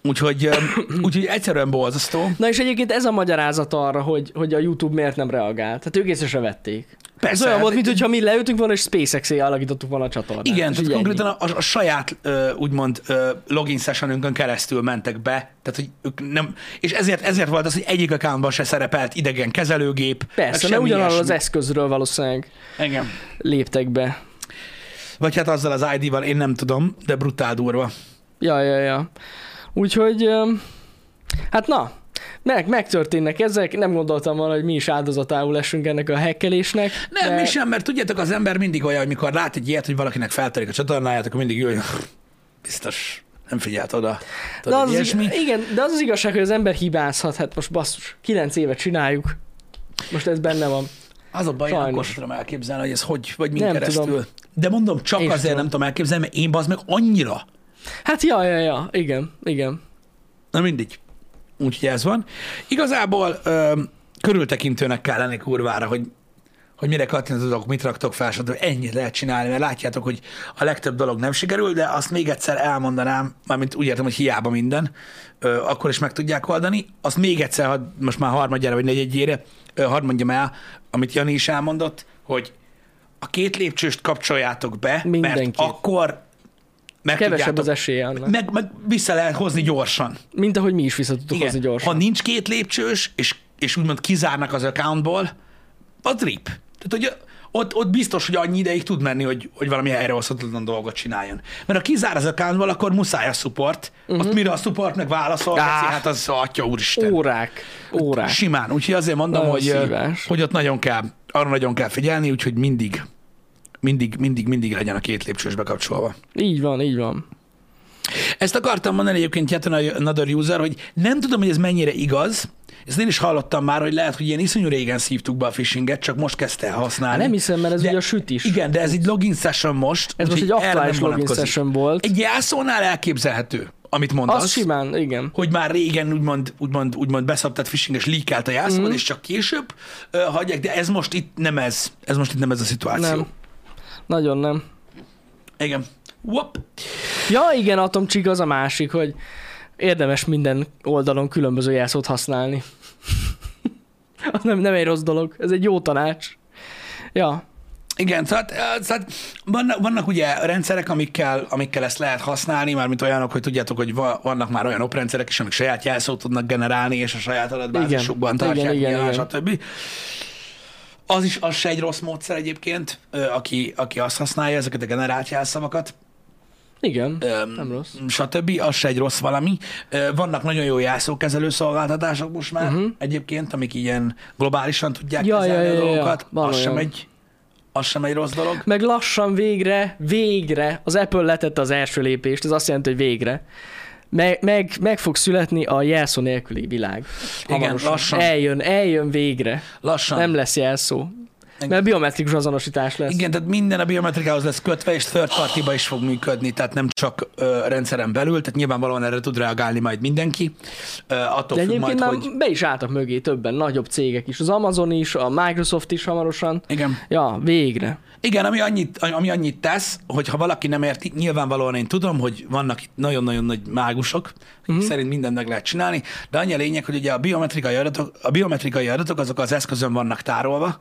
[SPEAKER 1] Úgyhogy, öm, úgyhogy egyszerűen borzasztó.
[SPEAKER 2] Na és egyébként ez a magyarázat arra, hogy, hogy a YouTube miért nem reagált. Hát ők észre se vették. Ez
[SPEAKER 1] Persze,
[SPEAKER 2] olyan volt,
[SPEAKER 1] hát-
[SPEAKER 2] mintha mi leültünk volna, és spacex alakítottuk volna a csatornát.
[SPEAKER 1] Igen,
[SPEAKER 2] És
[SPEAKER 1] tehát
[SPEAKER 2] így
[SPEAKER 1] konkrétan a, a, a saját, ö, úgymond ö, login sessionünkön keresztül mentek be, tehát hogy ők nem, és ezért, ezért volt az, hogy egyik accountban se szerepelt idegen kezelőgép.
[SPEAKER 2] ennyi.
[SPEAKER 1] meg
[SPEAKER 2] Persze, mert
[SPEAKER 1] semmi
[SPEAKER 2] ugyanarról az
[SPEAKER 1] ilyesmi.
[SPEAKER 2] eszközről valószínűleg
[SPEAKER 1] Igen.
[SPEAKER 2] léptek be.
[SPEAKER 1] Vagy hát azzal az ID-val, én nem tudom, de brutál durva.
[SPEAKER 2] Ja, ja, ja. Úgyhogy, öm, hát na, meg, megtörténnek ezek, nem gondoltam volna, hogy mi is áldozatául esünk ennek a hekkelésnek.
[SPEAKER 1] Nem,
[SPEAKER 2] de-
[SPEAKER 1] mi sem, mert tudjátok, az ember mindig olyan, amikor lát egy ilyet, hogy valakinek feltörik a csatornáját, akkor mindig jöjjön. Biztos nem figyelt oda.
[SPEAKER 2] De
[SPEAKER 1] Tudod,
[SPEAKER 2] az, az,
[SPEAKER 1] ilyesmi.
[SPEAKER 2] igen, de az az igazság, hogy az ember hibázhat, hát most basszus, kilenc éve csináljuk. Most ez benne van.
[SPEAKER 1] Az a baj, én akkor
[SPEAKER 2] Sajnos.
[SPEAKER 1] sem tudom elképzelni, hogy ez hogy, vagy min
[SPEAKER 2] Nem
[SPEAKER 1] keresztül.
[SPEAKER 2] tudom.
[SPEAKER 1] De mondom, csak
[SPEAKER 2] Én sem
[SPEAKER 1] azért
[SPEAKER 2] tudom.
[SPEAKER 1] nem tudom elképzelni, mert én bazd meg annyira.
[SPEAKER 2] Hát ja, ja, ja, igen, igen.
[SPEAKER 1] Na mindig. Úgyhogy ez van. Igazából ö, körültekintőnek kell lenni kurvára, hogy hogy mire kattintotok, mit raktok fel, stb. Ennyit lehet csinálni, mert látjátok, hogy a legtöbb dolog nem sikerül, de azt még egyszer elmondanám, mármint úgy értem, hogy hiába minden, ö, akkor is meg tudják oldani. Azt még egyszer, ha most már harmadjára vagy negyedjére, ö, hadd mondjam el, amit Jani is elmondott, hogy a két lépcsőst kapcsoljátok be, mert
[SPEAKER 2] Mindenképp.
[SPEAKER 1] akkor meg
[SPEAKER 2] Kevesebb az
[SPEAKER 1] Hát tudjátok,
[SPEAKER 2] esélye annak.
[SPEAKER 1] meg, meg vissza lehet hozni gyorsan.
[SPEAKER 2] Mint ahogy mi is vissza tudtuk hozni
[SPEAKER 1] Ha
[SPEAKER 2] gyorsan.
[SPEAKER 1] nincs két lépcsős, és, és úgymond kizárnak az accountból, az rip. Tehát, hogy ott, ott biztos, hogy annyi ideig tud menni, hogy, hogy valami elrehozhatatlan dolgot csináljon. Mert ha kizár az accountból, akkor muszáj a support. Uh-huh. Ott mire a support meg válaszol,
[SPEAKER 2] Mhm. Á.
[SPEAKER 1] veszi, hát az atya úristen.
[SPEAKER 2] Órák, órák.
[SPEAKER 1] Simán. Úgyhogy azért mondom,
[SPEAKER 2] Nagyon
[SPEAKER 1] hogy, ö,
[SPEAKER 2] szívás.
[SPEAKER 1] hogy ott nagyon kell, arra nagyon kell figyelni, úgyhogy mindig, mindig, mindig, mindig legyen a két lépcsős bekapcsolva.
[SPEAKER 2] Így van, így van.
[SPEAKER 1] Ezt akartam mondani egyébként Yet Another User, hogy nem tudom, hogy ez mennyire igaz, ezt én is hallottam már, hogy lehet, hogy ilyen iszonyú régen szívtuk be a phishinget, csak most kezdte el használni.
[SPEAKER 2] Hát Nem hiszem, mert ez
[SPEAKER 1] De-
[SPEAKER 2] ugye a sütis.
[SPEAKER 1] Igen, de ez egy login session most.
[SPEAKER 2] Ez most
[SPEAKER 1] úgyhogy
[SPEAKER 2] egy
[SPEAKER 1] erre nem
[SPEAKER 2] aktuális login
[SPEAKER 1] vonatkozik.
[SPEAKER 2] session volt.
[SPEAKER 1] Egy jelszónál elképzelhető, amit mondasz.
[SPEAKER 2] Az simán, igen.
[SPEAKER 1] hogy már régen úgymond, úgymond, úgymond beszabtett phishing és leakelt a jelszóval,
[SPEAKER 2] Mhm.
[SPEAKER 1] és csak később ö, hagyják, de ez most itt nem ez. Ez most itt nem ez a szituáció.
[SPEAKER 2] Nem. Nagyon nem.
[SPEAKER 1] Igen. Whoop.
[SPEAKER 2] Ja, igen, atomcsik az a másik, hogy érdemes minden oldalon különböző jelszót használni. az nem, nem egy rossz dolog, ez egy jó tanács. Ja,
[SPEAKER 1] Igen, tehát, eh, tehát vannak, vannak ugye rendszerek, amikkel, amikkel ezt lehet használni, mármint olyanok, hogy tudjátok, hogy va- vannak már olyan oprendszerek is, amik saját jelszót tudnak generálni, és a saját adatbázisukban
[SPEAKER 2] Igen,
[SPEAKER 1] tartják,
[SPEAKER 2] igen,
[SPEAKER 1] igen, igen,
[SPEAKER 2] igen.
[SPEAKER 1] stb. Az is az se egy rossz módszer egyébként, ö, aki, aki azt használja, ezeket a generált jelszavakat,
[SPEAKER 2] igen,
[SPEAKER 1] Öm,
[SPEAKER 2] nem rossz.
[SPEAKER 1] stb. Az se egy rossz valami. Ö, Vannak nagyon jó jelszókezelő szolgáltatások most már uh-huh. egyébként, amik ilyen globálisan tudják
[SPEAKER 2] Mhm. Ja,
[SPEAKER 1] kezelni
[SPEAKER 2] ja,
[SPEAKER 1] a
[SPEAKER 2] ja, ja,
[SPEAKER 1] dolgokat.
[SPEAKER 2] van
[SPEAKER 1] az, sem
[SPEAKER 2] olyan.
[SPEAKER 1] egy, az sem egy rossz dolog.
[SPEAKER 2] Meg lassan végre, végre, az Apple letette az első lépést, ez azt jelenti, hogy végre. Meg, meg, meg fog születni a jelszó nélküli világ.
[SPEAKER 1] Igen, lassan.
[SPEAKER 2] Eljön, eljön végre.
[SPEAKER 1] Lassan.
[SPEAKER 2] Nem lesz jelszó. Mert biometrikus azonosítás lesz.
[SPEAKER 1] Igen, tehát minden a biometrikához lesz kötve, és third party is fog működni, tehát nem csak ö, rendszeren belül, tehát nyilvánvalóan erre tud reagálni majd mindenki. Ö, attól
[SPEAKER 2] De
[SPEAKER 1] függ majd,
[SPEAKER 2] egyébként már
[SPEAKER 1] hogy...
[SPEAKER 2] be is álltak mögé többen, nagyobb cégek is. Az Amazon is, a Microsoft is hamarosan.
[SPEAKER 1] Igen.
[SPEAKER 2] Ja, végre.
[SPEAKER 1] Igen, ami annyit, ami annyit tesz, hogy ha valaki nem érti, nyilvánvalóan én tudom, hogy vannak itt nagyon-nagyon nagy mágusok, akik szerint mindent meg lehet csinálni, de annyi a lényeg, hogy ugye a biometrikai adatok, a biometrikai adatok azok az eszközön vannak tárolva,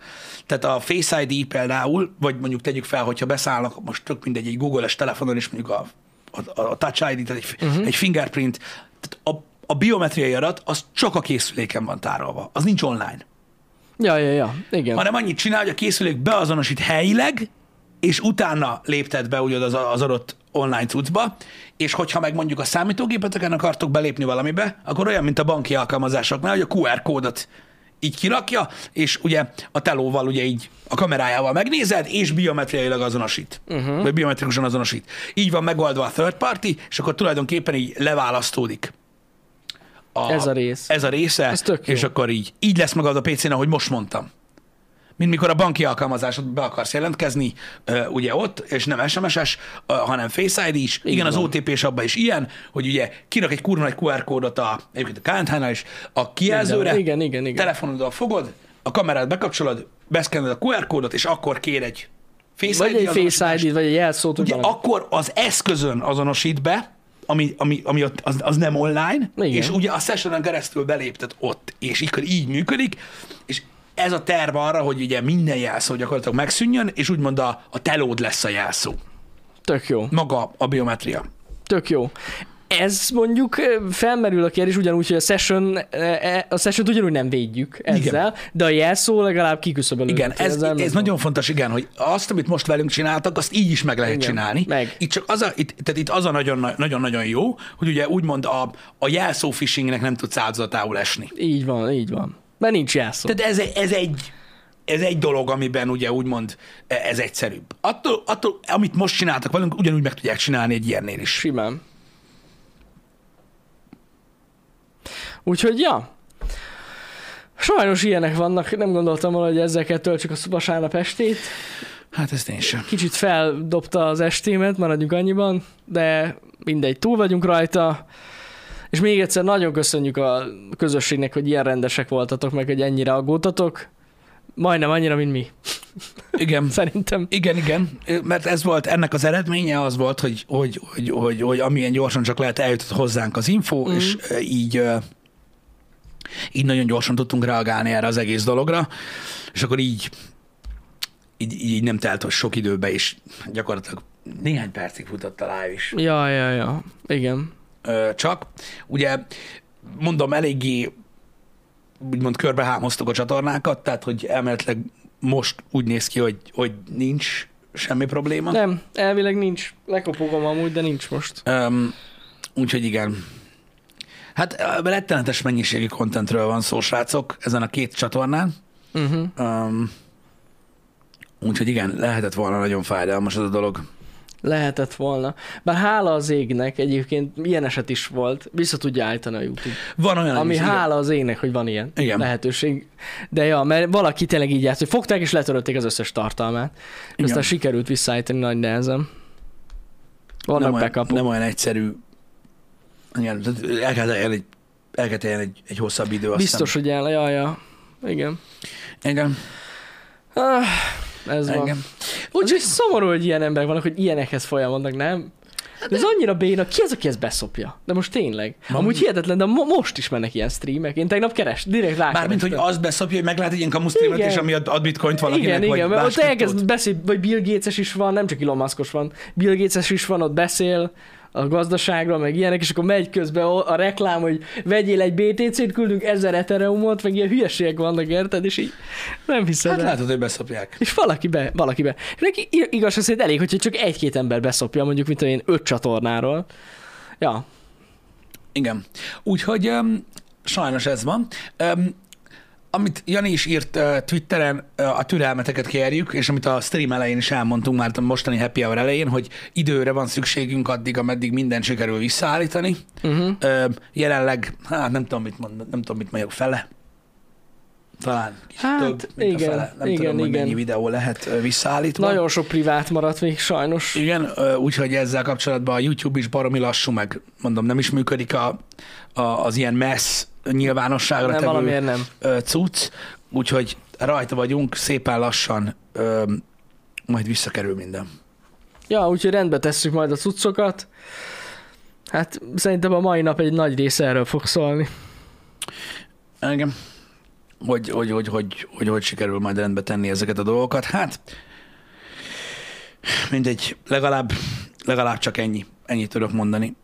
[SPEAKER 1] tehát a Face ID például, vagy mondjuk tegyük fel, hogyha beszállnak most tök mindegy, egy Google-es telefonon is mondjuk a, a, a Touch ID, tehát egy, uh-huh. egy fingerprint, tehát a, a biometriai adat az csak a készüléken van tárolva, az nincs online
[SPEAKER 2] Ja, ja, ja. Igen.
[SPEAKER 1] hanem annyit csinál, hogy a készülék beazonosít helyileg, és utána léptet be ugye az, az adott online cuccba, és hogyha meg mondjuk a számítógépeteken akartok belépni valamibe, akkor olyan, mint a banki alkalmazásoknál, hogy a QR kódot így kirakja, és ugye a telóval ugye így a kamerájával megnézed, és biometriailag azonosít.
[SPEAKER 2] Mhm.
[SPEAKER 1] Uh-huh. Vagy biometrikusan azonosít. Így van megoldva a third party, és akkor tulajdonképpen így leválasztódik. A,
[SPEAKER 2] Ez a rész.
[SPEAKER 1] Ez a része,
[SPEAKER 2] Ez tök jó.
[SPEAKER 1] és akkor így. Így lesz magad a PC-n, ahogy most mondtam mint mikor a banki alkalmazásod be akarsz jelentkezni, ö, ugye ott, és nem SMS-es, ö, hanem Face ID is. Igen, az OTP is abban is ilyen, hogy ugye kirak egy kurva nagy QR kódot a, egyébként a KNH-nál is, a kijelzőre,
[SPEAKER 2] Mindenhol. Igen, igen, igen.
[SPEAKER 1] telefonoddal fogod, a kamerát bekapcsolod, beszkenned a QR kódot, és akkor kér egy Face
[SPEAKER 2] Vagy
[SPEAKER 1] ID
[SPEAKER 2] egy
[SPEAKER 1] azonosítást.
[SPEAKER 2] Face ID, vagy egy jelszót, vagy
[SPEAKER 1] Ugye
[SPEAKER 2] valami.
[SPEAKER 1] akkor az eszközön azonosít be, ami, ami, ami ott, az, az nem online,
[SPEAKER 2] Igen.
[SPEAKER 1] és ugye a sessionen keresztül beléptet ott, és így, így működik, és ez a terv arra, hogy ugye minden jelszó gyakorlatilag megszűnjön, és úgymond a, a telód lesz a jelszó.
[SPEAKER 2] Tök jó.
[SPEAKER 1] Maga a biometria.
[SPEAKER 2] Tök jó. Ez mondjuk ö, felmerül a kérdés ugyanúgy, hogy a session, e, a session ugyanúgy nem védjük ezzel, igen. de a jelszó legalább kiküszöbölődik.
[SPEAKER 1] Igen, ez, ez nagyon fontos, igen, hogy azt, amit most velünk csináltak, azt így is meg lehet
[SPEAKER 2] Igen,
[SPEAKER 1] csinálni.
[SPEAKER 2] meg.
[SPEAKER 1] Itt csak az a, itt, tehát itt az a nagyon- nagyon-nagyon jó, hogy ugye úgymond a, a jelszó phishingnek nem tudsz áldozatául esni.
[SPEAKER 2] Így van, így van. Mert nincs jelszó.
[SPEAKER 1] Tehát ez, ez egy ez egy dolog, amiben ugye úgymond e, ez egyszerűbb. Attól, attól, amit most csináltak velünk, ugyanúgy meg tudják csinálni egy ilyennél is.
[SPEAKER 2] Simán. Úgyhogy, ja. Sajnos ilyenek vannak, nem gondoltam volna, hogy ezzel töltsük a vasárnap estét.
[SPEAKER 1] Hát ezt én sem.
[SPEAKER 2] Kicsit feldobta az estémet, maradjunk annyiban, de mindegy, túl vagyunk rajta. És még egyszer nagyon köszönjük a közösségnek, hogy ilyen rendesek voltatok, meg hogy ennyire aggódtatok. Majdnem annyira, mint mi,
[SPEAKER 1] Igen.
[SPEAKER 2] szerintem.
[SPEAKER 1] Igen, igen, mert ez volt, ennek az eredménye az volt, hogy, hogy, hogy, hogy, hogy amilyen gyorsan csak lehet eljutott hozzánk az info, mm. és ö, így, ö, így nagyon gyorsan tudtunk reagálni erre az egész dologra, és akkor így, így, így nem telt hogy sok időbe, és gyakorlatilag néhány percig futott a live is.
[SPEAKER 2] Ja, ja, ja. Igen.
[SPEAKER 1] ö, csak. Ugye mondom, eléggé úgymond körbehámoztuk a csatornákat, tehát hogy elméletileg most úgy néz ki, hogy, hogy nincs semmi probléma.
[SPEAKER 2] Nem, elvileg nincs. Lekopogom amúgy, de nincs most.
[SPEAKER 1] Öm, úgyhogy igen. Hát ö, rettenetes mennyiségű kontentről van szó, srácok, ezen a két csatornán.
[SPEAKER 2] Uh-huh.
[SPEAKER 1] Öm, úgyhogy igen, lehetett volna nagyon fájdalmas ez a dolog.
[SPEAKER 2] Lehetett volna. Bár hála az égnek, egyébként ilyen eset is volt, vissza tudja állítani a YouTube.
[SPEAKER 1] Van olyan
[SPEAKER 2] Ami
[SPEAKER 1] is, igen.
[SPEAKER 2] hála az égnek, hogy van ilyen
[SPEAKER 1] Igen.
[SPEAKER 2] lehetőség. De ja, mert valaki tényleg így játszott, hogy fogták és letörölték az összes tartalmát. És
[SPEAKER 1] Igen.
[SPEAKER 2] aztán sikerült visszaállítani nagy nehezen. Vannak
[SPEAKER 1] nem, olyan,
[SPEAKER 2] backupok.
[SPEAKER 1] nem olyan egyszerű. Igen, tehát el kell teljen egy, el kell teljen egy, egy hosszabb idő. azt
[SPEAKER 2] Biztos, hogy el, ja, ja. Igen.
[SPEAKER 1] hiszem. Igen,
[SPEAKER 2] Ah, ez van.
[SPEAKER 1] igen.
[SPEAKER 2] Úgyhogy szomorú, hogy ilyen emberek vannak, hogy ilyenekhez folyamodnak, nem?
[SPEAKER 1] Hát
[SPEAKER 2] De ez annyira béna, ki az, aki ezt beszopja? De most tényleg.
[SPEAKER 1] Ma-
[SPEAKER 2] Amúgy hihetetlen, de mo- most is mennek ilyen streamek. Én tegnap keres, direkt rá.
[SPEAKER 1] Mármint, hogy azt beszopja, hogy meglát egy ilyen kamusztrémet,
[SPEAKER 2] Igen.
[SPEAKER 1] és ami ad, ad bitcoint valakinek,
[SPEAKER 2] igen,
[SPEAKER 1] vagy
[SPEAKER 2] igen, mert ott
[SPEAKER 1] más
[SPEAKER 2] elkezd Hát
[SPEAKER 1] kriptót.
[SPEAKER 2] beszél, vagy Bill Gates-es is van, nem csak Elon Muskos van, Bill Gates-es is van, ott beszél a gazdaságról, meg ilyenek, és akkor megy közben o- a reklám, hogy vegyél egy BTC-t, küldünk ezer ethereumot, meg ilyen hülyeségek vannak, érted? És így nem hiszem.
[SPEAKER 1] Hát
[SPEAKER 2] el.
[SPEAKER 1] látod, hogy beszopják.
[SPEAKER 2] És valaki be, valaki be. És neki i- igaz szerint elég, hogyha csak egy-két ember beszopja, mondjuk, mint én öt csatornáról. Ja,
[SPEAKER 1] Igen. Úgyhogy um, sajnos ez van. Um, amit Jani is írt uh, Twitteren, uh, a türelmeteket kérjük, és amit a stream elején is elmondtunk már a mostani happy hour elején, hogy időre van szükségünk addig, ameddig minden sikerül visszaállítani.
[SPEAKER 2] uh-huh.
[SPEAKER 1] Ö, jelenleg, hát nem tudom, mit mond, nem tudom, mit mondjak fele. Talán kicsit
[SPEAKER 2] Hát,
[SPEAKER 1] több, mint
[SPEAKER 2] igen,
[SPEAKER 1] a fele. Nem
[SPEAKER 2] igen,
[SPEAKER 1] tudom, hogy
[SPEAKER 2] igen.
[SPEAKER 1] mennyi videó lehet ö, visszaállítva.
[SPEAKER 2] Nagyon sok privát maradt még sajnos.
[SPEAKER 1] Igen, ö, úgyhogy ezzel kapcsolatban a YouTube is baromi lassú, meg mondom, nem is működik a, a, az ilyen messz nyilvánosságra
[SPEAKER 2] Nem,
[SPEAKER 1] tevő
[SPEAKER 2] valamiért nem.
[SPEAKER 1] ö, cucc, úgyhogy rajta vagyunk, szépen lassan ö, majd visszakerül minden.
[SPEAKER 2] Ja, úgyhogy rendbe tesszük majd a cuccokat. Hát szerintem a mai nap egy nagy része erről fog szólni.
[SPEAKER 1] Engem. Hogy hogy, hogy, hogy, hogy, hogy sikerül majd rendbe tenni ezeket a dolgokat. Hát, mindegy, legalább, legalább csak ennyi. Ennyit tudok mondani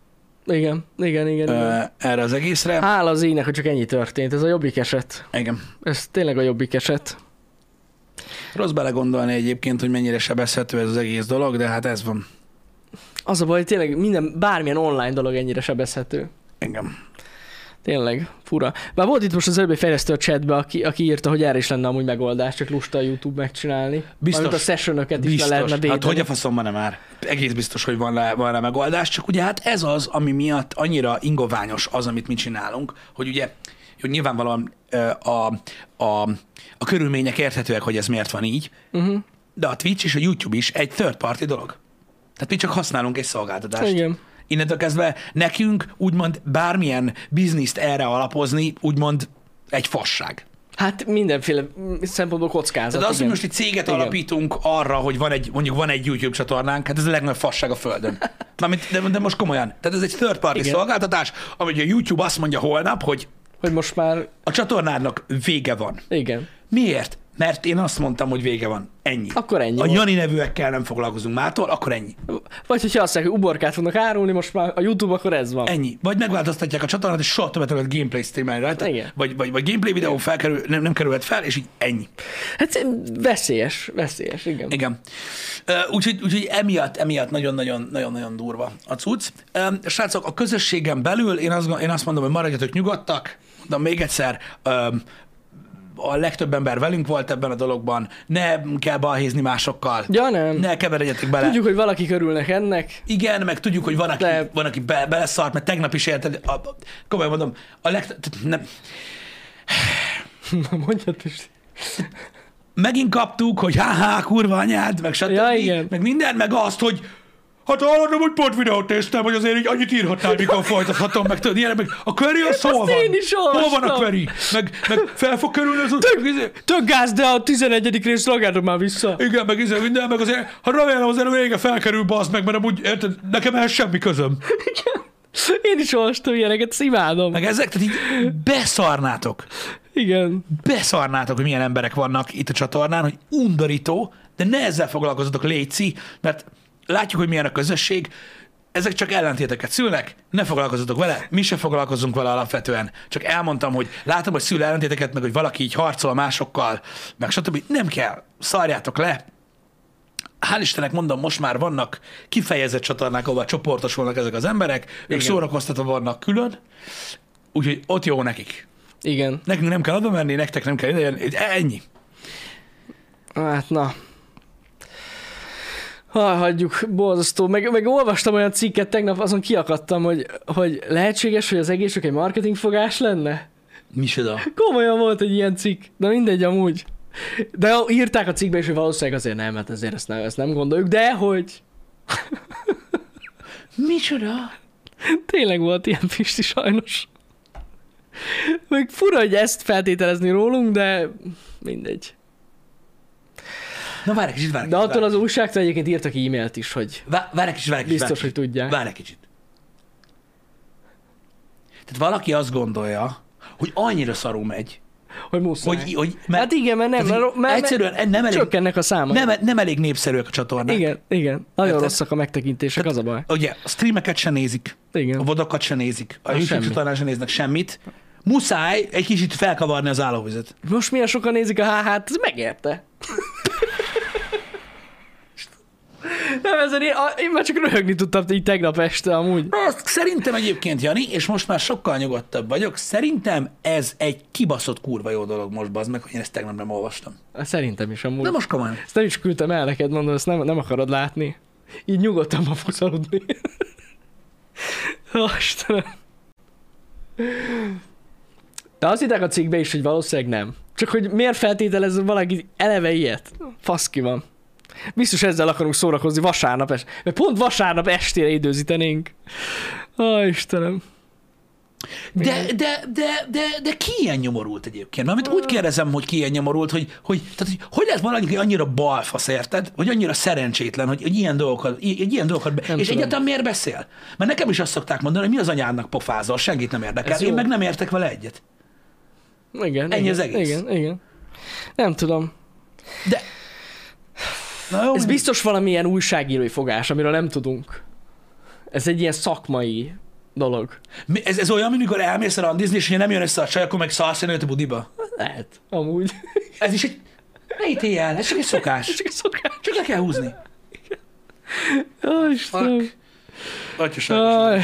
[SPEAKER 2] Igen, igen, igen. igen.
[SPEAKER 1] ö, erre az egészre.
[SPEAKER 2] Hála az ének, hogy csak ennyi történt. Ez a jobbik eset.
[SPEAKER 1] Igen.
[SPEAKER 2] Ez tényleg a jobbik eset.
[SPEAKER 1] Rossz belegondolni egyébként, hogy mennyire sebezhető ez az egész dolog, de hát ez van.
[SPEAKER 2] Az a baj, hogy tényleg minden, bármilyen online dolog ennyire sebezhető.
[SPEAKER 1] Engem.
[SPEAKER 2] Tényleg, fura. Bár volt itt most az előbb egy fejlesztő a chatbe, aki, aki írta, hogy erre is lenne amúgy megoldás, csak lusta a YouTube megcsinálni.
[SPEAKER 1] Biztos.
[SPEAKER 2] Mármint a sessionöket is le
[SPEAKER 1] Biztos.
[SPEAKER 2] lehetne védeni.
[SPEAKER 1] hát hogy a faszom van már? Egész biztos, hogy van rá, van rá megoldás, csak ugye hát ez az, ami miatt annyira ingoványos az, amit mi csinálunk, hogy ugye hogy nyilvánvalóan ö, a, a, a körülmények érthetőek, hogy ez miért van így,
[SPEAKER 2] uh-huh.
[SPEAKER 1] de a Twitch és a YouTube is egy third party dolog. Tehát mi csak használunk egy szolgáltatást.
[SPEAKER 2] Igen.
[SPEAKER 1] Innentől kezdve nekünk úgymond bármilyen bizniszt erre alapozni, úgymond egy fasság.
[SPEAKER 2] Hát mindenféle mm, szempontból kockázat.
[SPEAKER 1] Tehát az, hogy
[SPEAKER 2] igen.
[SPEAKER 1] most egy céget
[SPEAKER 2] Igen.
[SPEAKER 1] Igen. alapítunk arra, hogy van egy, mondjuk van egy YouTube csatornánk, hát ez a legnagyobb fasság a földön. Mármint, de, de most komolyan. Tehát ez egy third party
[SPEAKER 2] Igen.
[SPEAKER 1] Igen. szolgáltatás, amit a YouTube azt mondja holnap, hogy
[SPEAKER 2] Hogy most már,
[SPEAKER 1] a csatornádnak vége van.
[SPEAKER 2] igen.
[SPEAKER 1] Miért? Mert én azt mondtam, hogy vége van. Ennyi.
[SPEAKER 2] Akkor ennyi
[SPEAKER 1] a
[SPEAKER 2] volt.
[SPEAKER 1] Jani nevűekkel nem foglalkozunk mától, akkor ennyi.
[SPEAKER 2] Vagy hogyha azt mondják, hogy uborkát fognak árulni, most már a YouTube, akkor ez van.
[SPEAKER 1] Ennyi. Vagy megváltoztatják a csatornát, és soha többet nem lehet gameplay streamelni rajta.
[SPEAKER 2] Igen.
[SPEAKER 1] Vagy, vagy, vagy gameplay videó felkerül, nem, nem kerülhet fel, és így ennyi.
[SPEAKER 2] Hát veszélyes, veszélyes, igen.
[SPEAKER 1] Igen. Ö, Úgyhogy, úgyhogy emiatt, emiatt nagyon-nagyon, nagyon-nagyon durva a cucc. Ö, Srácok, a közösségen belül én azt, gond- én azt mondom, hogy maradjatok nyugodtak, de még egyszer, ö, a legtöbb ember velünk volt ebben a dologban, nem kell balhézni másokkal,
[SPEAKER 2] Ja, nem.
[SPEAKER 1] ne keveredjetek bele.
[SPEAKER 2] Tudjuk, hogy valaki körülnek ennek.
[SPEAKER 1] Igen, meg tudjuk, hogy van, aki,
[SPEAKER 2] De-
[SPEAKER 1] van, aki be, beleszart, mert tegnap is érted, a, a- komolyan mondom, a legt- tehát nem,
[SPEAKER 2] Na, mondjad is.
[SPEAKER 1] megint kaptuk, hogy há-há, kurva anyád, meg stb.
[SPEAKER 2] Ja, igen.
[SPEAKER 1] Meg minden, meg azt, hogy Hát hallottam, hogy pont videót néztem, hogy azért így annyit írhatnál, mikor folytathatom, meg tudod, ilyenek, meg a query az hol
[SPEAKER 2] Azt
[SPEAKER 1] van?
[SPEAKER 2] én is
[SPEAKER 1] hol van a
[SPEAKER 2] olvastam.
[SPEAKER 1] query? Meg, meg fel fog kerülni az
[SPEAKER 2] Tök, tök gáz, de a 11. rész lagádom már vissza.
[SPEAKER 1] Igen, meg izé, minden, meg azért, ha remélem azért a vége felkerül, bazd meg, mert amúgy, érted, nekem ehhez semmi közöm.
[SPEAKER 2] Én is olvastam ilyeneket, ezt imádom.
[SPEAKER 1] Meg ezek, tehát így beszarnátok.
[SPEAKER 2] Igen.
[SPEAKER 1] beszarnátok, hogy milyen emberek vannak itt a csatornán, hogy undorító, de ne ezzel foglalkozatok, léci, mert látjuk, hogy milyen a közösség, ezek csak ellentéteket szülnek, ne foglalkozzatok vele, mi se foglalkozunk vele alapvetően. Csak elmondtam, hogy látom, hogy szül ellentéteket, meg hogy valaki így harcol másokkal, meg stb. Nem kell, szarjátok le. Hál' Istennek mondom, most már vannak kifejezett csatornák, ahol csoportosulnak ezek az emberek, ők
[SPEAKER 2] Igen.
[SPEAKER 1] szórakoztatva vannak külön, úgyhogy ott jó nekik.
[SPEAKER 2] Igen.
[SPEAKER 1] Nekünk nem kell oda menni, nektek nem kell ide jönni. Ennyi.
[SPEAKER 2] Hát na. Ha, hagyjuk, borzasztó. Meg, meg olvastam olyan cikket tegnap, azon kiakadtam, hogy, hogy lehetséges, hogy az egész csak egy marketingfogás lenne?
[SPEAKER 1] Micsoda?
[SPEAKER 2] Komolyan volt egy ilyen cikk, de mindegy amúgy. De írták a cikkbe is, hogy valószínűleg azért nem, hát azért ezt nem, ezt nem gondoljuk, de hogy
[SPEAKER 1] Micsoda?
[SPEAKER 2] tényleg volt ilyen Pisti sajnos. Még fura, hogy ezt feltételezni rólunk, de mindegy.
[SPEAKER 1] Na várj egy kicsit, várj egy
[SPEAKER 2] De
[SPEAKER 1] kicsit,
[SPEAKER 2] attól
[SPEAKER 1] várj
[SPEAKER 2] az
[SPEAKER 1] egy kicsit.
[SPEAKER 2] újságtól egyébként írtak e-mailt is, hogy
[SPEAKER 1] Vá- Várj egy kicsit, várj egy kicsit.
[SPEAKER 2] biztos, hogy tudják.
[SPEAKER 1] Várj egy kicsit. Tehát valaki azt gondolja, hogy annyira szarú megy,
[SPEAKER 2] Hogy muszáj.
[SPEAKER 1] hogy, hogy mert,
[SPEAKER 2] Hát igen, mert nem,
[SPEAKER 1] tehát,
[SPEAKER 2] mert,
[SPEAKER 1] hogy
[SPEAKER 2] mert
[SPEAKER 1] egyszerűen nem elég,
[SPEAKER 2] csökkennek a számai.
[SPEAKER 1] nem, nem elég népszerűek a csatornák.
[SPEAKER 2] igen, igen. Nagyon
[SPEAKER 1] Érted?
[SPEAKER 2] rosszak a megtekintések, az a baj.
[SPEAKER 1] Ugye a streameket se nézik, a
[SPEAKER 2] Igen.
[SPEAKER 1] vodokat se nézik, a
[SPEAKER 2] Hát
[SPEAKER 1] YouTube
[SPEAKER 2] semmi.
[SPEAKER 1] csatornán se néznek semmit. Muszáj egy kicsit felkavarni az állóvizet.
[SPEAKER 2] Most milyen sokan nézik a HH-t, ez megérte. Nem, ezen én, a- én már csak röhögni tudtam így tegnap este amúgy.
[SPEAKER 1] Azt szerintem egyébként, Jani, és most már sokkal nyugodtabb vagyok, szerintem ez egy kibaszott kurva jó dolog most, bazd meg, hogy én ezt tegnap nem olvastam.
[SPEAKER 2] Szerintem is amúgy.
[SPEAKER 1] De most komolyan.
[SPEAKER 2] Ezt nem is küldtem el neked, mondom, ezt nem, nem akarod látni. Így nyugodtan ma fogsz aludni. Ó, Istenem. De azt hitták a cikkbe is, hogy valószínűleg nem. Csak hogy miért feltételez valaki eleve ilyet? Faszki van. Biztos ezzel akarunk szórakozni vasárnap este. Mert pont vasárnap estére időzítenénk. Ó, Istenem.
[SPEAKER 1] De, de, de, de, de ki ilyen nyomorult egyébként? Mert amit úgy kérdezem, hogy ki ilyen nyomorult, hogy hogy, tehát, hogy, hogy lehet valaki annyira balfasz, érted? Hogy annyira szerencsétlen, hogy, hogy ilyen dolgokat, i- hogy ilyen dolgokat be...
[SPEAKER 2] Nem
[SPEAKER 1] és
[SPEAKER 2] tudom.
[SPEAKER 1] egyáltalán miért beszél? Mert nekem is azt szokták mondani, hogy mi az anyádnak pofázol, senkit nem érdekel.
[SPEAKER 2] Ez
[SPEAKER 1] Én
[SPEAKER 2] jó.
[SPEAKER 1] meg nem értek vele egyet.
[SPEAKER 2] Igen.
[SPEAKER 1] Ennyi
[SPEAKER 2] igen,
[SPEAKER 1] az egész.
[SPEAKER 2] Igen, igen. Nem tudom.
[SPEAKER 1] De... Na jó,
[SPEAKER 2] Ez
[SPEAKER 1] mindegy.
[SPEAKER 2] biztos valamilyen újságírói fogás, amiről nem tudunk. Ez egy ilyen szakmai dolog.
[SPEAKER 1] Mi- Ez, ez olyan, mint mikor elmész randizni, és ha nem jön össze a csaj, akkor meg szarsz egy nőt a budiba.
[SPEAKER 2] Lehet. Amúgy.
[SPEAKER 1] Ez is egy... Ne ítélj el, ez csak egy szokás.
[SPEAKER 2] Csak egy szokás.
[SPEAKER 1] Csak le kell húzni.
[SPEAKER 2] Ó, Istenem. Aj.
[SPEAKER 1] Atyaság.